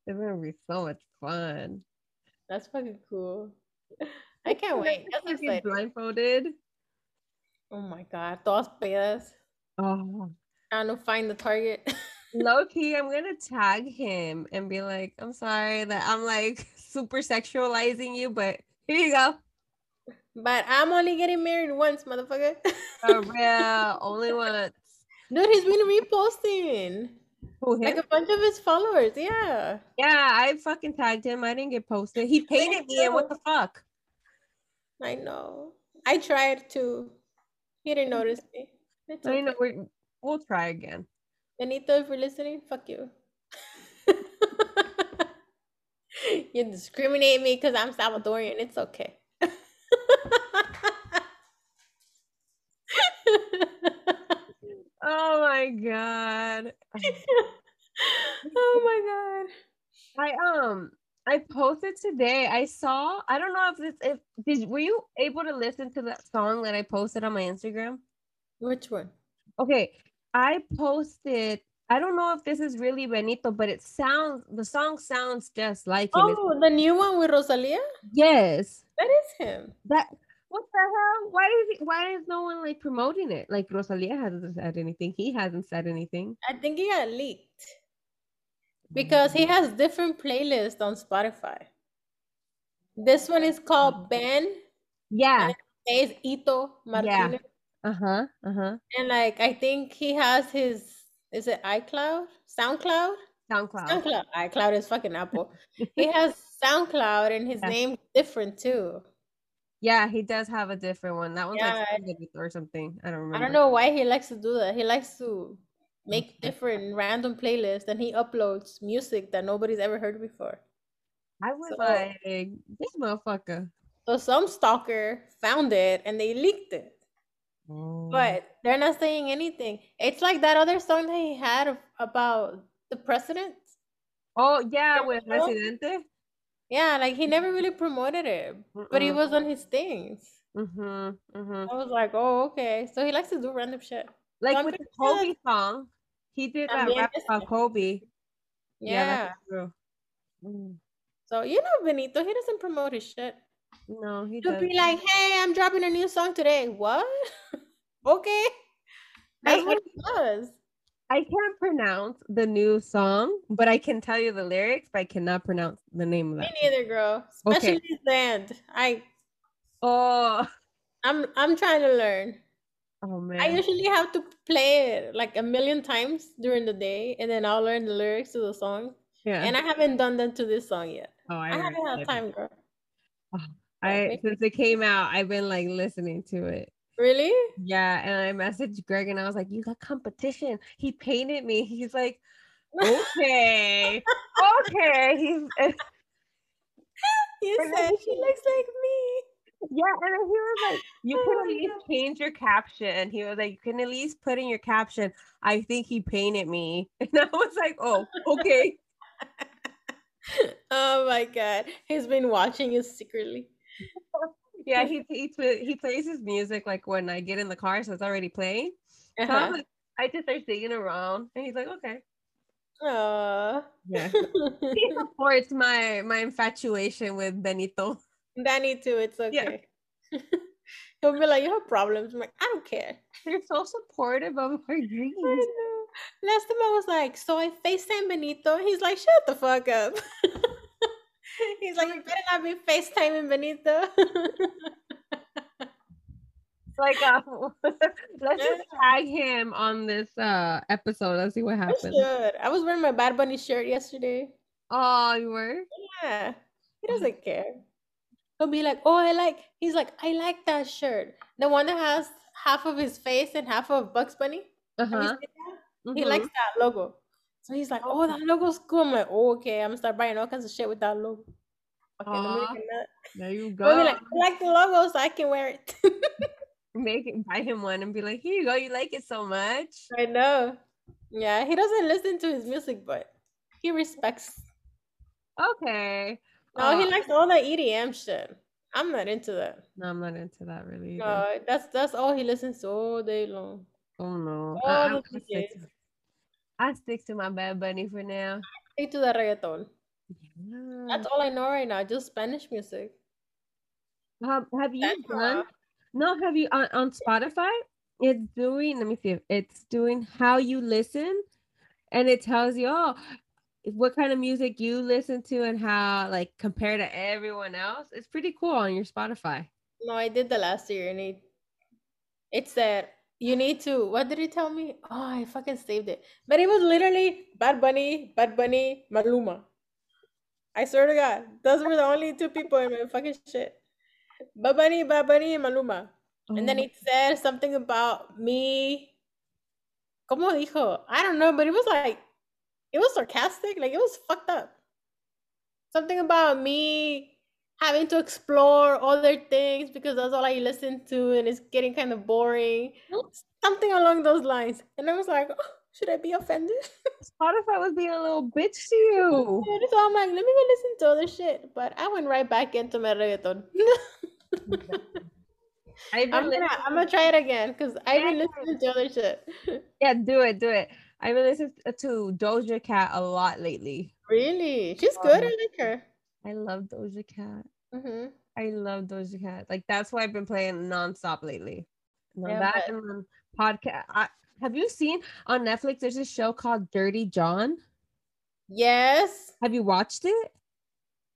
[SPEAKER 1] It's gonna be so much fun.
[SPEAKER 2] That's fucking cool. I can't Oh, wait. That's
[SPEAKER 1] If you're
[SPEAKER 2] exciting.
[SPEAKER 1] blindfolded.
[SPEAKER 2] Oh my god, todas pedas.
[SPEAKER 1] Oh,
[SPEAKER 2] Trying to find the target.
[SPEAKER 1] low key, I'm gonna tag him and be like, "I'm sorry that I'm like super sexualizing you, but here you go."
[SPEAKER 2] but I'm only getting married once, motherfucker.
[SPEAKER 1] For real, only once.
[SPEAKER 2] Dude, he's been reposting.
[SPEAKER 1] Who,
[SPEAKER 2] Like
[SPEAKER 1] him?
[SPEAKER 2] a bunch of his followers, yeah.
[SPEAKER 1] yeah, I fucking tagged him. I didn't get posted. He painted me, and what the fuck?
[SPEAKER 2] I know. I tried to. He didn't notice me. It's
[SPEAKER 1] So you know,
[SPEAKER 2] okay.
[SPEAKER 1] we're, we'll try again.
[SPEAKER 2] Anita, if you're listening, fuck you. you discriminate me because I'm Salvadorian. It's okay.
[SPEAKER 1] Oh my god.
[SPEAKER 2] oh
[SPEAKER 1] I um I posted today. I saw I don't know if this if did were you able to listen to that song that I posted on my Instagram?
[SPEAKER 2] my god. Which one?
[SPEAKER 1] Okay. I posted I don't know if this is really Benito, but it sounds the song sounds just like him. It's-
[SPEAKER 2] Oh, the new one with Rosalia?
[SPEAKER 1] yes.
[SPEAKER 2] That is him.
[SPEAKER 1] That what the hell? Why is he, why is no one like promoting it? Like Rosalia hasn't said anything. He hasn't said anything.
[SPEAKER 2] I think he got leaked because he has different playlists on Spotify. This one is called Ben.
[SPEAKER 1] Yeah.
[SPEAKER 2] It's Ito Martinez.
[SPEAKER 1] Uh-huh. Uh-huh.
[SPEAKER 2] And like I think he has his is it iCloud? SoundCloud?
[SPEAKER 1] SoundCloud.
[SPEAKER 2] SoundCloud. iCloud is fucking Apple. he has SoundCloud and his
[SPEAKER 1] Yeah.
[SPEAKER 2] name's different too.
[SPEAKER 1] Yeah, he does have a different one. That one's
[SPEAKER 2] Yeah.
[SPEAKER 1] like Sandalwood or something. I don't remember.
[SPEAKER 2] I don't know why he likes to do that. He likes to make
[SPEAKER 1] Okay.
[SPEAKER 2] different random playlists and he uploads music that nobody's ever heard before.
[SPEAKER 1] I was
[SPEAKER 2] So-
[SPEAKER 1] like, this motherfucker.
[SPEAKER 2] So some stalker found it and they leaked it.
[SPEAKER 1] Mm.
[SPEAKER 2] But they're not saying anything. It's like that other song that he had of- about the president.
[SPEAKER 1] oh yeah, with
[SPEAKER 2] know?
[SPEAKER 1] Residente.
[SPEAKER 2] Yeah, like he never really promoted it, but he
[SPEAKER 1] Mm-mm.
[SPEAKER 2] was on his things.
[SPEAKER 1] Mm-hmm, mm-hmm.
[SPEAKER 2] I was like, oh, okay. So he likes to do random shit.
[SPEAKER 1] Like
[SPEAKER 2] I'm
[SPEAKER 1] with the
[SPEAKER 2] pretty sure
[SPEAKER 1] Kobe song, he did that
[SPEAKER 2] También
[SPEAKER 1] rap
[SPEAKER 2] ese.
[SPEAKER 1] about Kobe.
[SPEAKER 2] Yeah.
[SPEAKER 1] that's true. Mm.
[SPEAKER 2] So you know Benito, he doesn't promote his shit.
[SPEAKER 1] No, he
[SPEAKER 2] He'll
[SPEAKER 1] does.
[SPEAKER 2] be like, hey, I'm dropping a new song today. What? okay. That's
[SPEAKER 1] I-
[SPEAKER 2] what he does.
[SPEAKER 1] I can't pronounce the new song, but I can tell you the lyrics, but I cannot pronounce the name of
[SPEAKER 2] Me
[SPEAKER 1] that. song.
[SPEAKER 2] neither, girl.
[SPEAKER 1] Okay.
[SPEAKER 2] Especially the end. I
[SPEAKER 1] Oh,
[SPEAKER 2] I'm I'm trying to learn.
[SPEAKER 1] oh
[SPEAKER 2] I
[SPEAKER 1] man.
[SPEAKER 2] usually have to play it like a million times during the day and then I'll learn the lyrics to the song.
[SPEAKER 1] Yeah.
[SPEAKER 2] And I haven't done that to this song yet.
[SPEAKER 1] oh, I,
[SPEAKER 2] I
[SPEAKER 1] already
[SPEAKER 2] haven't had
[SPEAKER 1] did.
[SPEAKER 2] time, girl.
[SPEAKER 1] I
[SPEAKER 2] Maybe-
[SPEAKER 1] since it came out, I've been like listening to it.
[SPEAKER 2] Really?
[SPEAKER 1] Yeah, and I messaged Greg and I was like, "You got competition." He painted me. He's like, "Okay, okay." He's and-
[SPEAKER 2] You
[SPEAKER 1] And
[SPEAKER 2] said
[SPEAKER 1] then
[SPEAKER 2] she looks like me.
[SPEAKER 1] yeah, and then he was like, "You
[SPEAKER 2] Oh
[SPEAKER 1] can
[SPEAKER 2] my
[SPEAKER 1] at least
[SPEAKER 2] God.
[SPEAKER 1] change your caption." He was like, "You can at least put in your caption." I think he painted me, and I was like, "Oh, okay."
[SPEAKER 2] Oh my god. He's been watching you secretly.
[SPEAKER 1] yeah, he he twi- he plays his music like when I get in the car, so it's already playing. So I'm
[SPEAKER 2] Uh-huh.
[SPEAKER 1] like, I just start singing around, and he's like, "Okay."
[SPEAKER 2] Aw.
[SPEAKER 1] Yeah. he supports my my infatuation with Benito.
[SPEAKER 2] Danny too, it's
[SPEAKER 1] Yeah.
[SPEAKER 2] okay. He'll be like, you have problems. I'm like, I don't care.
[SPEAKER 1] They're so supportive of our
[SPEAKER 2] I
[SPEAKER 1] dreams.
[SPEAKER 2] know. Last time I was like, so I FaceTime Benito. He's like, shut the fuck up. He's like, you better not be FaceTiming Benito.
[SPEAKER 1] like uh, let's just tag him on this uh episode. Let's see what happens.
[SPEAKER 2] Should. I was wearing my Bad Bunny shirt yesterday.
[SPEAKER 1] Oh, you were?
[SPEAKER 2] Yeah. He doesn't care. He'll be like, oh, I like. He's like, I like that shirt. The one that has half of his face and half of Bugs Bunny. Have you
[SPEAKER 1] Uh-huh.
[SPEAKER 2] seen that? He
[SPEAKER 1] Mhm.
[SPEAKER 2] likes that logo. So he's like, oh, that logo's cool. I'm like, oh, okay, I'm gonna start buying all kinds of shit with that logo. Okay, let me
[SPEAKER 1] Aw,
[SPEAKER 2] look at that.
[SPEAKER 1] There you go.
[SPEAKER 2] I'll be like, I like the logo, so I can wear it.
[SPEAKER 1] Make it, buy him one and be like, here you go. You like it so much.
[SPEAKER 2] I know. Yeah, he doesn't listen to his music, but he respects.
[SPEAKER 1] Okay.
[SPEAKER 2] No, he
[SPEAKER 1] Aw,
[SPEAKER 2] likes all the EDM shit. I'm not into that.
[SPEAKER 1] No, I'm not into that really. either.
[SPEAKER 2] No, that's that's all he listens to all day long.
[SPEAKER 1] Oh no.
[SPEAKER 2] Oh,
[SPEAKER 1] I, I,
[SPEAKER 2] look
[SPEAKER 1] I,
[SPEAKER 2] at
[SPEAKER 1] stick
[SPEAKER 2] this.
[SPEAKER 1] to, I stick to my Bad Bunny for now. Uh,
[SPEAKER 2] Stick to the reggaeton.
[SPEAKER 1] Yeah.
[SPEAKER 2] That's all I know right now. Just Spanish music.
[SPEAKER 1] Have, have you
[SPEAKER 2] That's
[SPEAKER 1] done?
[SPEAKER 2] rough.
[SPEAKER 1] No, have you on, on Spotify? It's doing, let me see, if it's doing how you listen and it tells you, oh, what kind of music you listen to and how, like, compared to everyone else. It's pretty cool on your Spotify.
[SPEAKER 2] No, I did the last year, and it it said you need to. What did it tell me? Oh, I fucking saved it. But it was literally Bad Bunny, Bad Bunny, Maluma. I swear to God, those were the only two people in my fucking shit. Bad Bunny, Bad Bunny, and Maluma. And then
[SPEAKER 1] Oh,
[SPEAKER 2] it said something about me. Como dijo? I don't know, but it was like, it was sarcastic. Like, it was fucked up. Something about me having to explore other things because that's all I listen to and it's getting kind of boring. Something along those lines. And I was like, "Oh, should I be offended?
[SPEAKER 1] Spotify was being a little bitch to you.
[SPEAKER 2] so I'm like, let me go listen to other shit. But I went right back into my reggaeton.
[SPEAKER 1] I've been
[SPEAKER 2] I'm
[SPEAKER 1] listening-
[SPEAKER 2] gonna, I'm gonna try it again because I've been
[SPEAKER 1] Yeah.
[SPEAKER 2] listening to other shit.
[SPEAKER 1] yeah, do it, do it. I've been listening to Doja Cat a lot lately.
[SPEAKER 2] Really? She's
[SPEAKER 1] Oh,
[SPEAKER 2] good. I
[SPEAKER 1] yeah.
[SPEAKER 2] like her.
[SPEAKER 1] I love Doja Cat.
[SPEAKER 2] hmm
[SPEAKER 1] I love Doja Cat. Like that's why I've been playing nonstop lately. No,
[SPEAKER 2] Yeah,
[SPEAKER 1] that
[SPEAKER 2] but-
[SPEAKER 1] and then podcast. I, have you seen on Netflix? There's a show called Dirty John.
[SPEAKER 2] Yes.
[SPEAKER 1] Have you watched it?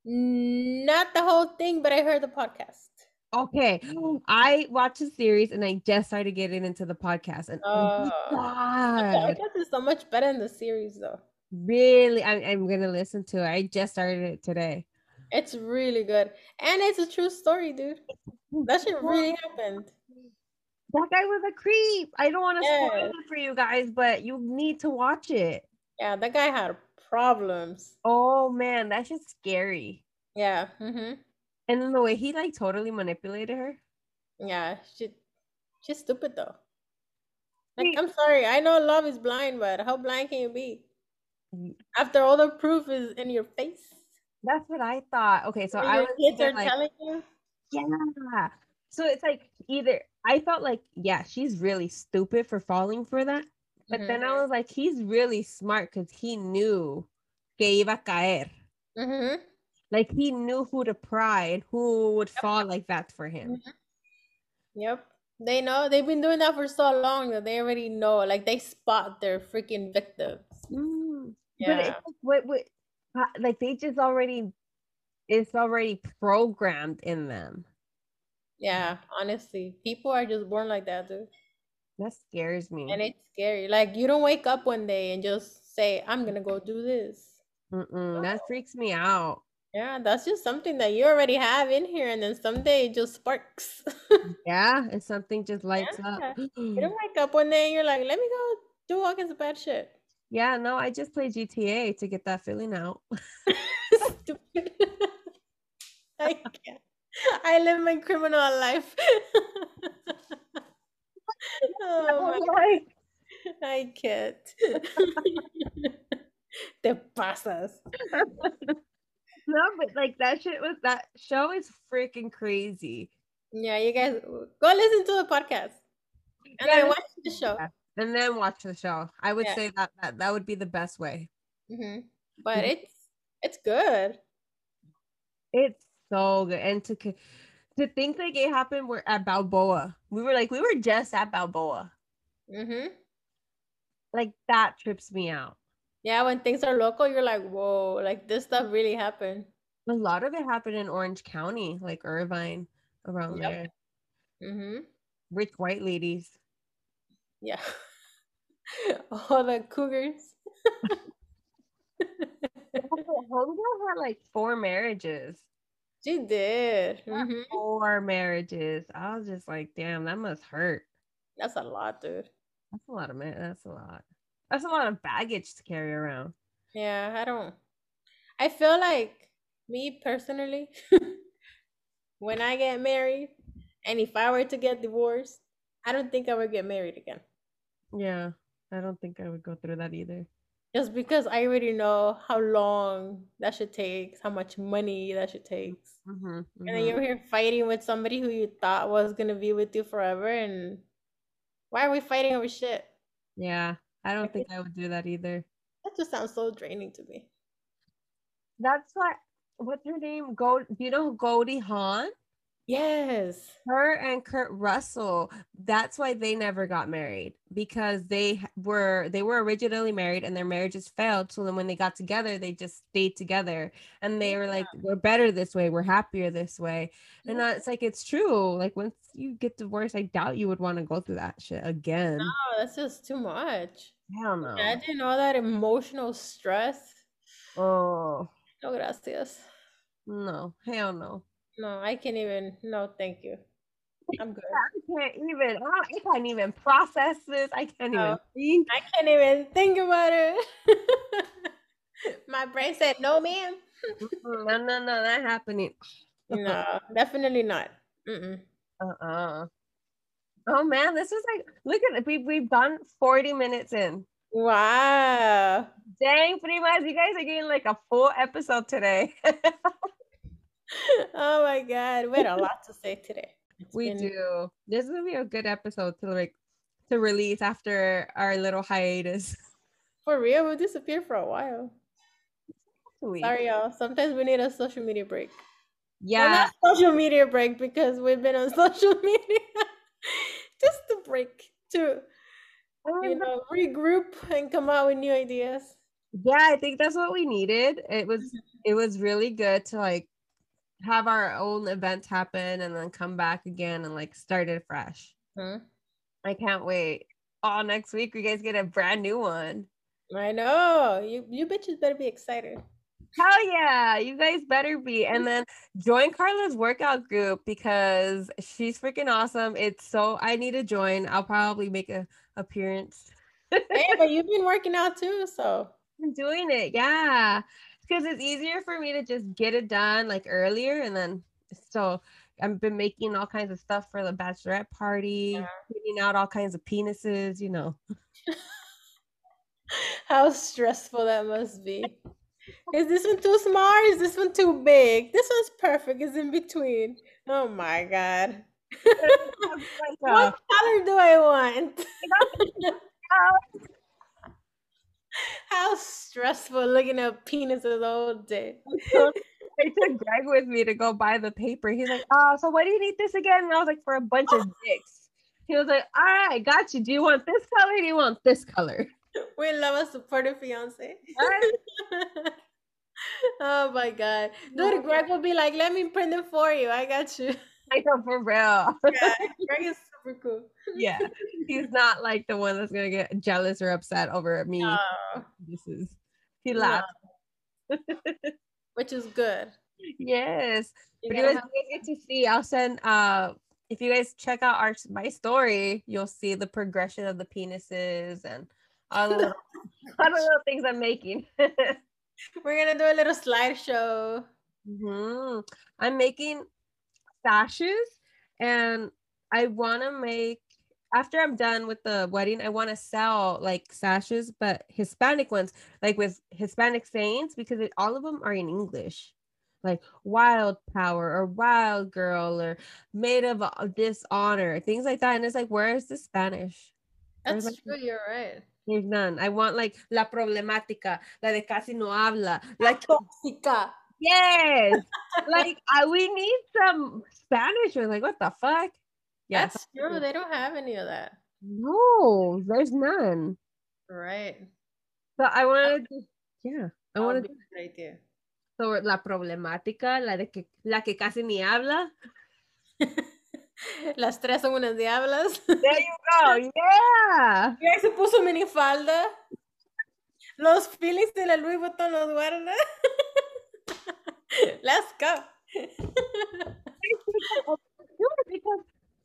[SPEAKER 2] Not the whole thing, but I heard the podcast.
[SPEAKER 1] Okay, I watched the series and I just started getting into the podcast. And oh
[SPEAKER 2] Oh. The
[SPEAKER 1] my god,
[SPEAKER 2] podcast is so much better than the series, though.
[SPEAKER 1] really? I, I'm gonna listen to it. I just started it today.
[SPEAKER 2] It's really good. And it's a true story, dude. That shit really happened.
[SPEAKER 1] That guy was a creep. I don't want to spoil
[SPEAKER 2] Yes.
[SPEAKER 1] it for you guys, but you need to watch it.
[SPEAKER 2] Yeah, that guy had problems.
[SPEAKER 1] Oh man, that's just scary.
[SPEAKER 2] Yeah. Mm-hmm.
[SPEAKER 1] And then the way he like totally manipulated her.
[SPEAKER 2] Yeah. She, she's stupid, though. Like,
[SPEAKER 1] Wait.
[SPEAKER 2] I'm sorry. I know love is blind, but how blind can you be?
[SPEAKER 1] Mm.
[SPEAKER 2] After all the proof is in your face.
[SPEAKER 1] That's what I thought. Okay, so
[SPEAKER 2] and
[SPEAKER 1] I
[SPEAKER 2] your
[SPEAKER 1] was
[SPEAKER 2] kids
[SPEAKER 1] thinking,
[SPEAKER 2] are
[SPEAKER 1] like,
[SPEAKER 2] telling you.
[SPEAKER 1] yeah. So it's like either I felt like, yeah, she's really stupid for falling for that. But then I was like, he's really smart because he knew que iba a caer.
[SPEAKER 2] Mm-hmm.
[SPEAKER 1] Like he knew who to pry and who would fall like that for him.
[SPEAKER 2] Yep. They know they've been doing that for so long that they already know. Like they spot their freaking victims.
[SPEAKER 1] Mm. But
[SPEAKER 2] Yeah.
[SPEAKER 1] it's like, what, what, ha- like they just already, it's already programmed in them.
[SPEAKER 2] Yeah. Honestly, people are just born like that, dude.
[SPEAKER 1] That scares me.
[SPEAKER 2] And it's scary. Like you don't wake up one day and just say, I'm gonna go do this.
[SPEAKER 1] Mm-mm, that
[SPEAKER 2] Oh.
[SPEAKER 1] freaks me out.
[SPEAKER 2] Yeah, that's just something that you already have in here, and then someday it just sparks.
[SPEAKER 1] Yeah, and something just lights up.
[SPEAKER 2] you don't wake up one day and you're like, let me go do all kinds of bad shit.
[SPEAKER 1] yeah, no, I just play GTA to get that feeling out.
[SPEAKER 2] Stupid. I can't. I live my criminal life. oh
[SPEAKER 1] I'm
[SPEAKER 2] my,
[SPEAKER 1] like,
[SPEAKER 2] I can't. Te pasas.
[SPEAKER 1] no, but like that shit was that show is freaking crazy.
[SPEAKER 2] Yeah, you guys go listen to the podcast and
[SPEAKER 1] Yeah,
[SPEAKER 2] then watch the
[SPEAKER 1] listen to
[SPEAKER 2] show.
[SPEAKER 1] the And then watch the show. I would
[SPEAKER 2] Yeah.
[SPEAKER 1] say that, that that would be the best way.
[SPEAKER 2] hmm But
[SPEAKER 1] Mhm.
[SPEAKER 2] it's it's good.
[SPEAKER 1] It's so good. And to c- to think like it happened we're at Balboa. We were like we were just at Balboa.
[SPEAKER 2] hmm
[SPEAKER 1] Like that trips me out.
[SPEAKER 2] Yeah, when things are local, you're like, whoa, like this stuff really happened.
[SPEAKER 1] a lot of it happened in Orange County, like Irvine around
[SPEAKER 2] Yep.
[SPEAKER 1] there.
[SPEAKER 2] Mm-hmm.
[SPEAKER 1] Rich white ladies.
[SPEAKER 2] Yeah. All the cougars.
[SPEAKER 1] Homegirl had like four marriages.
[SPEAKER 2] She did. Mhm.
[SPEAKER 1] Four marriages. I was just like, damn, that must hurt.
[SPEAKER 2] That's a lot, dude.
[SPEAKER 1] That's a lot of man. That's a lot. That's a lot of baggage to carry around.
[SPEAKER 2] Yeah, I don't. I feel like me personally, when I get married, and if I were to get divorced, I don't think I would get married again.
[SPEAKER 1] Yeah, I don't think I would go through that either.
[SPEAKER 2] Just because I already know how long that should take, how much money that should take.
[SPEAKER 1] Mm-hmm,
[SPEAKER 2] And then you're here fighting with somebody who you thought was gonna be with you forever, and why are we fighting over shit?
[SPEAKER 1] Yeah, I don't think I would do that either.
[SPEAKER 2] That just sounds so draining to me.
[SPEAKER 1] That's why. What's her name? Go. You know Goldie Hawn.
[SPEAKER 2] Yes.
[SPEAKER 1] Her and Kurt Russell. That's why they never got married because they h- were they were originally married and their marriages failed. So then when they got together, they just stayed together and they were like, "We're better this way. We're happier this way." And uh, it's like it's true. Like once you get divorced, I doubt you would want to go through that shit again.
[SPEAKER 2] Oh, that's just too much.
[SPEAKER 1] Hell no.
[SPEAKER 2] Imagine all that emotional stress.
[SPEAKER 1] Oh
[SPEAKER 2] No, gracias.
[SPEAKER 1] no. Hell no.
[SPEAKER 2] No, I can't even. No, thank you. I'm good.
[SPEAKER 1] I can't even. I don't- I can't even process this. I can't even
[SPEAKER 2] No.
[SPEAKER 1] think.
[SPEAKER 2] I can't even think about it. My brain said, no, ma'am.
[SPEAKER 1] Mm, No, no, no, that happening.
[SPEAKER 2] No, definitely not. Mm-mm.
[SPEAKER 1] Uh-uh. Oh man, this is like look at it. We we've gone 40 minutes in.
[SPEAKER 2] Wow.
[SPEAKER 1] Dang, pretty much you guys are getting like a full episode today.
[SPEAKER 2] Oh my God. We had a lot to say today. It's
[SPEAKER 1] we
[SPEAKER 2] been-
[SPEAKER 1] do. This will be a good episode to like to release after our little hiatus.
[SPEAKER 2] For real, we disappeared for a while.
[SPEAKER 1] Sweet.
[SPEAKER 2] Sorry, y'all. Sometimes we need a social media break. Well,
[SPEAKER 1] Yeah.
[SPEAKER 2] not social media break because we've been on social media. Just a break to you
[SPEAKER 1] Um,
[SPEAKER 2] know regroup and come out with new ideas.
[SPEAKER 1] yeah i think that's what we needed it was it was really good to like have our own events happen and then come back again and like start it fresh i can't wait all next week we guys get a brand new one
[SPEAKER 2] I know you you bitches better be excited.
[SPEAKER 1] hell yeah you guys better be and then join carla's workout group because she's freaking awesome it's so i need to join i'll probably make a appearance
[SPEAKER 2] hey, but you've been working out too, so
[SPEAKER 1] I'm doing it. Yeah. Because it's easier for me to just get it done like earlier. And then, so I've been making all kinds of stuff for the bachelorette party,
[SPEAKER 2] Yeah.
[SPEAKER 1] cleaning out all kinds of penises, you know.
[SPEAKER 2] how stressful that must be. Is this one too small? or Is this one too big? This one's perfect. It's in between. Oh my god.
[SPEAKER 1] Like, uh,
[SPEAKER 2] What color do I want? How stressful looking at penises all day.
[SPEAKER 1] I took Greg with me to go buy the paper. He's like, Oh, so why do you need this again? And I was like, For a bunch of dicks. He was like, All right, I got you. Do you want this color? Or do you want this color?
[SPEAKER 2] We love a supportive fiance.
[SPEAKER 1] Right.
[SPEAKER 2] oh my god.
[SPEAKER 1] Yeah.
[SPEAKER 2] Dude, Greg will be like, let me print it for you. I got you.
[SPEAKER 1] I go oh, for real.
[SPEAKER 2] Yeah, Greg is super cool.
[SPEAKER 1] yeah. He's not like the one that's gonna get jealous or upset over me.
[SPEAKER 2] Oh,
[SPEAKER 1] this is he
[SPEAKER 2] No.
[SPEAKER 1] laughed
[SPEAKER 2] which is good.
[SPEAKER 1] yes
[SPEAKER 2] You
[SPEAKER 1] but you
[SPEAKER 2] gotta
[SPEAKER 1] guys you guys get to see i'll send uh if you guys check out our my story you'll see the progression of the penises and all the little, all the little things i'm making
[SPEAKER 2] have- We're gonna do a little slideshow.
[SPEAKER 1] Mhm. i'm making sashes and i want to make after i'm done with the wedding i want to sell like sashes but hispanic ones like with hispanic sayings because it, all of them are in english like wild power or wild girl or made of uh, dishonor things like that and it's like where is the spanish There's
[SPEAKER 2] That's
[SPEAKER 1] like-
[SPEAKER 2] true, you're right.
[SPEAKER 1] there's none i want like la problemática la de casi no habla like
[SPEAKER 2] Toxica.
[SPEAKER 1] Yes. like I, we need some Spanish. We're like, what the fuck? Yes.
[SPEAKER 2] That's true. They don't have any of that.
[SPEAKER 1] No, there's none.
[SPEAKER 2] Right.
[SPEAKER 1] So I wanted to yeah. I
[SPEAKER 2] That would
[SPEAKER 1] wanted
[SPEAKER 2] be a good idea.
[SPEAKER 1] sobre la problemática, la de que la que casi ni habla.
[SPEAKER 2] Las tres son unas diablas.
[SPEAKER 1] There you go, yeah.
[SPEAKER 2] Y ahí se puso minifalda. Los feelings de la Louis Vuitton los guarda. Let's
[SPEAKER 1] go.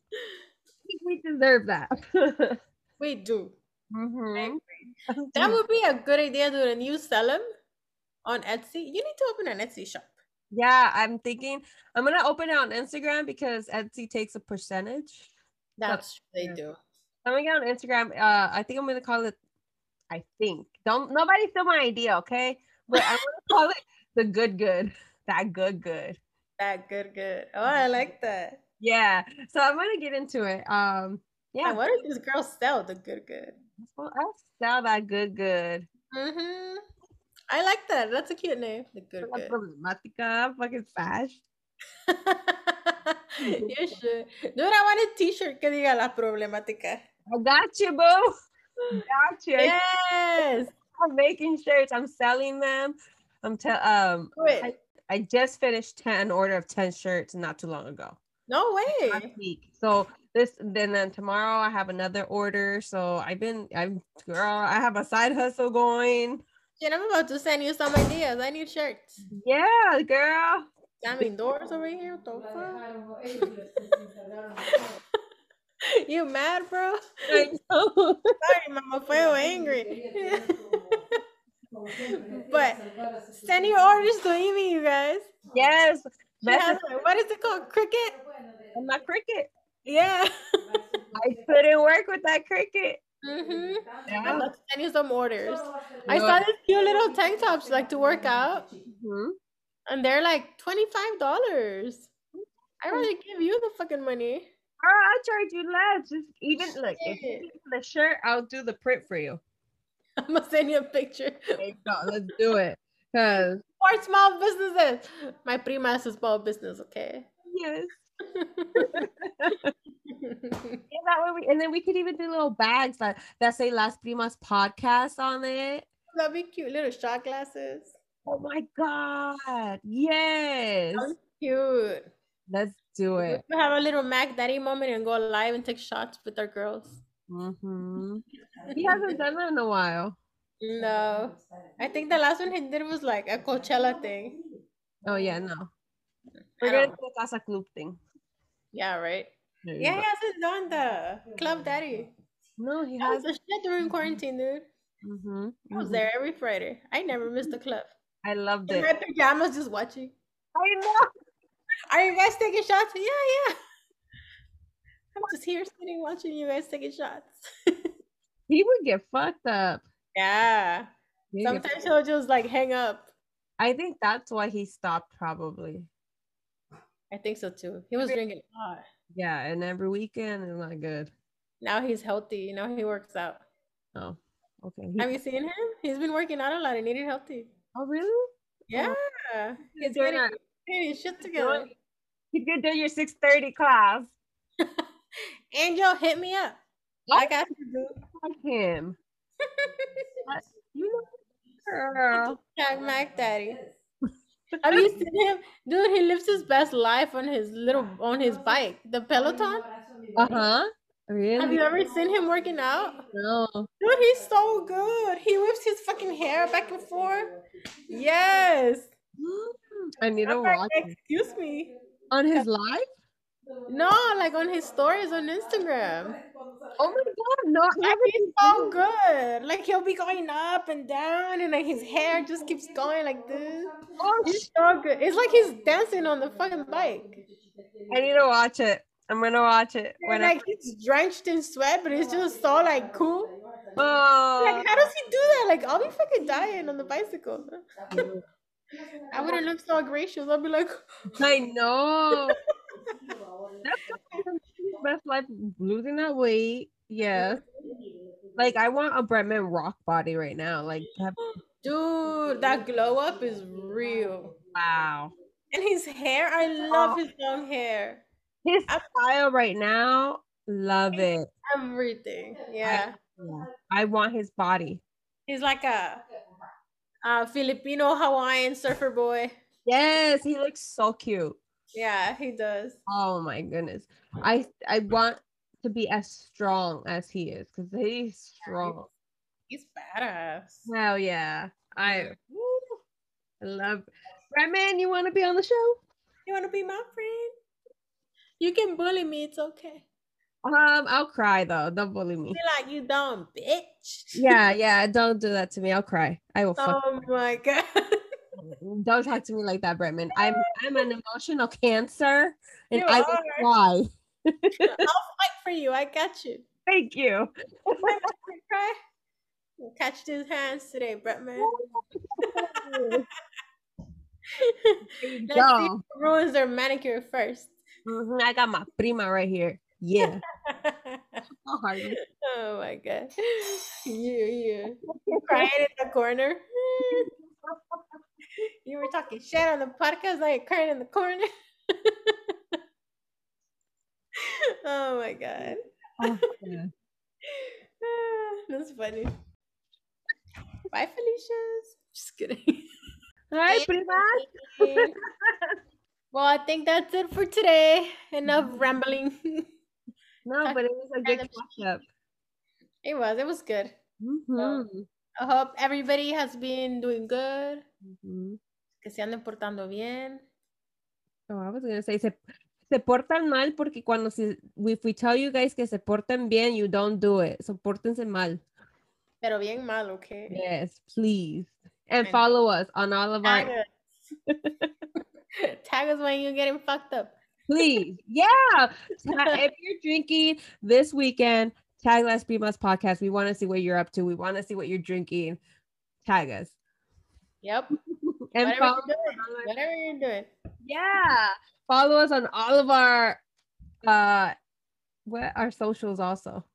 [SPEAKER 1] Because we deserve that. Mm-hmm.
[SPEAKER 2] we do.
[SPEAKER 1] Mhm.
[SPEAKER 2] That would be a good idea to you sell them on Etsy. You need to open an Etsy shop.
[SPEAKER 1] Yeah, I'm thinking I'm gonna open it on Instagram because Etsy takes a percentage.
[SPEAKER 2] That's true. They do.
[SPEAKER 1] I'm gonna get on Instagram. Uh, I think I'm gonna call it. I think don't nobody steal my idea, okay? But I'm gonna call it the good good. That good good.
[SPEAKER 2] That good, good. Oh, I like that.
[SPEAKER 1] Yeah. So I'm gonna get into it. Um.
[SPEAKER 2] Yeah.
[SPEAKER 1] Yeah.
[SPEAKER 2] What does this girl sell? The good, good.
[SPEAKER 1] Well, I'll sell that good good.
[SPEAKER 2] Mm-hmm. I like that. That's a cute name. The good,
[SPEAKER 1] La
[SPEAKER 2] good.
[SPEAKER 1] problemática, fucking fash.
[SPEAKER 2] you should. Dude, I want a t-shirt que diga la problemática.
[SPEAKER 1] I got you, boo. Got you.
[SPEAKER 2] Yes.
[SPEAKER 1] I'm making shirts. I'm selling them. I'm te- um.
[SPEAKER 2] Do it.
[SPEAKER 1] I just finished ten an order of ten shirts not too long ago.
[SPEAKER 2] No
[SPEAKER 1] last
[SPEAKER 2] way.
[SPEAKER 1] week. So this then then tomorrow I have another order. So I've been I'm girl, I have a side hustle going.
[SPEAKER 2] Shit, I'm about to send you some ideas. I need shirts.
[SPEAKER 1] Yeah, girl.
[SPEAKER 2] Slamming doors over here. What the fuck? you mad, bro?
[SPEAKER 1] I know.
[SPEAKER 2] Sorry, mama. Fue angry. but send your orders to Amy, you guys.
[SPEAKER 1] yes.
[SPEAKER 2] She has,
[SPEAKER 1] Message
[SPEAKER 2] like, what is it called? Cricket?
[SPEAKER 1] on my cricket.
[SPEAKER 2] Yeah.
[SPEAKER 1] I couldn't work with that cricket.
[SPEAKER 2] hmm I'm
[SPEAKER 1] Yeah.
[SPEAKER 2] about to send you some orders. I saw these cute little tank tops like to work out,
[SPEAKER 1] Mhm.
[SPEAKER 2] and they're like twenty-five dollars. I rather give you the fucking money.
[SPEAKER 1] Girl, I'll charge you less. Just even look if you
[SPEAKER 2] Shit.
[SPEAKER 1] give me the shirt, I'll do the print for you.
[SPEAKER 2] I'm gonna send you a picture.
[SPEAKER 1] There you go. Let's do it. Cause
[SPEAKER 2] For small businesses. My prima is a small business, okay?
[SPEAKER 1] yes. Yeah, that way we, and then we could even do little bags that, that say Las Primas podcast on it.
[SPEAKER 2] That'd be cute. Little shot glasses.
[SPEAKER 1] Oh my god. Yes.
[SPEAKER 2] Cute.
[SPEAKER 1] Let's do
[SPEAKER 2] We
[SPEAKER 1] it.
[SPEAKER 2] could have a little Mac Daddy moment and go live and take shots with our girls.
[SPEAKER 1] hmm He hasn't done that in a while.
[SPEAKER 2] No. I think the last one he did was like a Coachella thing.
[SPEAKER 1] Oh yeah, no.
[SPEAKER 2] I
[SPEAKER 1] We're gonna
[SPEAKER 2] don't-
[SPEAKER 1] do a Casa Club thing.
[SPEAKER 2] Yeah, right?
[SPEAKER 1] There you
[SPEAKER 2] Yeah,
[SPEAKER 1] go.
[SPEAKER 2] he hasn't done the Club Daddy.
[SPEAKER 1] No, he
[SPEAKER 2] That was
[SPEAKER 1] has.
[SPEAKER 2] the shit during quarantine, dude.
[SPEAKER 1] hmm
[SPEAKER 2] I was there every Friday. I never missed the club.
[SPEAKER 1] I loved
[SPEAKER 2] In
[SPEAKER 1] it.
[SPEAKER 2] my pajamas, just watching.
[SPEAKER 1] I know.
[SPEAKER 2] Are you guys taking shots? Yeah, yeah. I'm just here sitting watching you guys taking shots.
[SPEAKER 1] He would get fucked up.
[SPEAKER 2] yeah.
[SPEAKER 1] He'd get
[SPEAKER 2] Sometimes
[SPEAKER 1] fucked-
[SPEAKER 2] he'll just like hang up.
[SPEAKER 1] I think that's why he stopped probably.
[SPEAKER 2] I think so too. He was drinking a lot.
[SPEAKER 1] Yeah, and every weekend is not good.
[SPEAKER 2] Now he's healthy. Now he works out.
[SPEAKER 1] Oh, okay. He-
[SPEAKER 2] Have you seen him? He's been working out a lot and eating healthy.
[SPEAKER 1] oh, really?
[SPEAKER 2] Yeah. He's
[SPEAKER 1] doing
[SPEAKER 2] getting,
[SPEAKER 1] a-
[SPEAKER 2] getting his shit together.
[SPEAKER 1] You could do your 6:30 class.
[SPEAKER 2] Angel, hit me up. I got you, dude.
[SPEAKER 1] Fuck him. You know, girl.
[SPEAKER 2] Tag Mac Daddy. Have you seen him? Dude, he lives his best life on his little on his bike. The Peloton.
[SPEAKER 1] Uh huh.
[SPEAKER 2] Have
[SPEAKER 1] Really?
[SPEAKER 2] you ever seen him working out?
[SPEAKER 1] No.
[SPEAKER 2] Dude, he's so good. He whips his fucking hair back and forth. Yes.
[SPEAKER 1] I need to
[SPEAKER 2] I'm like,
[SPEAKER 1] watch it.
[SPEAKER 2] Excuse me.
[SPEAKER 1] on his live.
[SPEAKER 2] No, like on his stories on Instagram.
[SPEAKER 1] Oh my god! No, I
[SPEAKER 2] Like
[SPEAKER 1] haven't
[SPEAKER 2] he's
[SPEAKER 1] seen
[SPEAKER 2] so good. Like he'll be going up and down, and like his hair just keeps going like this.
[SPEAKER 1] it. Oh, sh-
[SPEAKER 2] It's so good. It's like he's dancing on the fucking bike.
[SPEAKER 1] I need to watch it. I'm gonna watch it
[SPEAKER 2] And
[SPEAKER 1] when I.
[SPEAKER 2] like he's drenched in sweat, but it's just so like cool.
[SPEAKER 1] Oh,
[SPEAKER 2] Like how does he do that? Like I'll be fucking dying on the bicycle. I wouldn't look so gracious. I'll be like,
[SPEAKER 1] I know. That's fucking his best life. Losing that weight. Yes. Like I want a Bremen rock body right now. Like have-
[SPEAKER 2] dude, that glow up is real.
[SPEAKER 1] wow.
[SPEAKER 2] And his hair, I
[SPEAKER 1] Oh.
[SPEAKER 2] love his long hair.
[SPEAKER 1] His
[SPEAKER 2] I-
[SPEAKER 1] style right now. Love it.
[SPEAKER 2] Everything. Yeah.
[SPEAKER 1] Yeah. I want his body.
[SPEAKER 2] He's like a uh, Filipino Hawaiian surfer boy.
[SPEAKER 1] Yes, he looks so cute.
[SPEAKER 2] Yeah, he does.
[SPEAKER 1] Oh my goodness. I I want to be as strong as he is because he's strong.
[SPEAKER 2] He's badass.
[SPEAKER 1] Hell yeah. I, woo, I love Redman, you want to be on the show?
[SPEAKER 2] You want to be my friend? You can bully me. It's okay.
[SPEAKER 1] Um, I'll cry though. Don't bully me.
[SPEAKER 2] Be like you dumb bitch.
[SPEAKER 1] Yeah, yeah. Don't do that to me. I'll cry. I will. fuck-
[SPEAKER 2] Oh my god.
[SPEAKER 1] Oh. Don't talk to me like that, Bretman. I'm I'm an emotional cancer, and
[SPEAKER 2] You
[SPEAKER 1] I will
[SPEAKER 2] are.
[SPEAKER 1] cry.
[SPEAKER 2] Fight for you. I got you.
[SPEAKER 1] Thank you.
[SPEAKER 2] Cry. Catch these hands today, Bretman. Let's see
[SPEAKER 1] Yo,
[SPEAKER 2] who ruins their manicure first.
[SPEAKER 1] mhm, I got my prima right here. Yeah. Oh, Harvey.
[SPEAKER 2] oh my god. You you crying in the corner. you were talking shit on the podcast like crying in the corner. oh my god.
[SPEAKER 1] Oh, yeah.
[SPEAKER 2] That's funny. Bye Felicia's. Just kidding.
[SPEAKER 1] Hi, prima.
[SPEAKER 2] well, I think that's it for today. Enough rambling.
[SPEAKER 1] No, but it was a good catch up. Mm-hmm.
[SPEAKER 2] it was. It was good.
[SPEAKER 1] Oh.
[SPEAKER 2] I hope everybody has been doing good.
[SPEAKER 1] Mm-hmm.
[SPEAKER 2] Que se anden portando bien.
[SPEAKER 1] Oh, I was gonna say se, se portan mal porque cuando se, if we tell you guys que se porten bien, you don't do it. So pórtense mal.
[SPEAKER 2] Pero bien mal, okay?
[SPEAKER 1] Yes, please. And
[SPEAKER 2] I know.
[SPEAKER 1] follow us on all of
[SPEAKER 2] Tag
[SPEAKER 1] our
[SPEAKER 2] us. Tag us when you're getting fucked up.
[SPEAKER 1] please. Yeah. Ta- if you're drinking this weekend, tag Last Be Must podcast. We want to see what you're up to. We want to see what you're drinking. Tag us.
[SPEAKER 2] Yep.
[SPEAKER 1] And
[SPEAKER 2] Whatever
[SPEAKER 1] follow
[SPEAKER 2] you're doing.
[SPEAKER 1] all our-
[SPEAKER 2] Whatever you're doing.
[SPEAKER 1] yeah. Follow us on all of our uh what our socials also.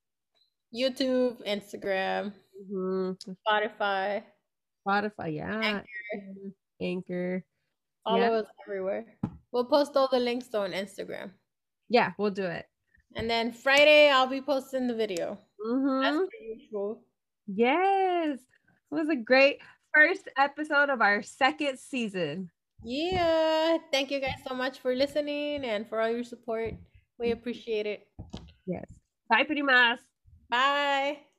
[SPEAKER 2] YouTube, Instagram,
[SPEAKER 1] Mhm.
[SPEAKER 2] Spotify.
[SPEAKER 1] Spotify, yeah. Anchor.
[SPEAKER 2] Follow
[SPEAKER 1] Yeah.
[SPEAKER 2] us everywhere. We'll post all the links though on Instagram.
[SPEAKER 1] Yeah, we'll do it.
[SPEAKER 2] And then Friday, I'll be posting the video. That's
[SPEAKER 1] Mhm.
[SPEAKER 2] per usual.
[SPEAKER 1] Yes. It was a great first episode of our second season.
[SPEAKER 2] Yeah. Thank you guys so much for listening and for all your support. We appreciate it.
[SPEAKER 1] Yes. Bye, pretty much.
[SPEAKER 2] Bye.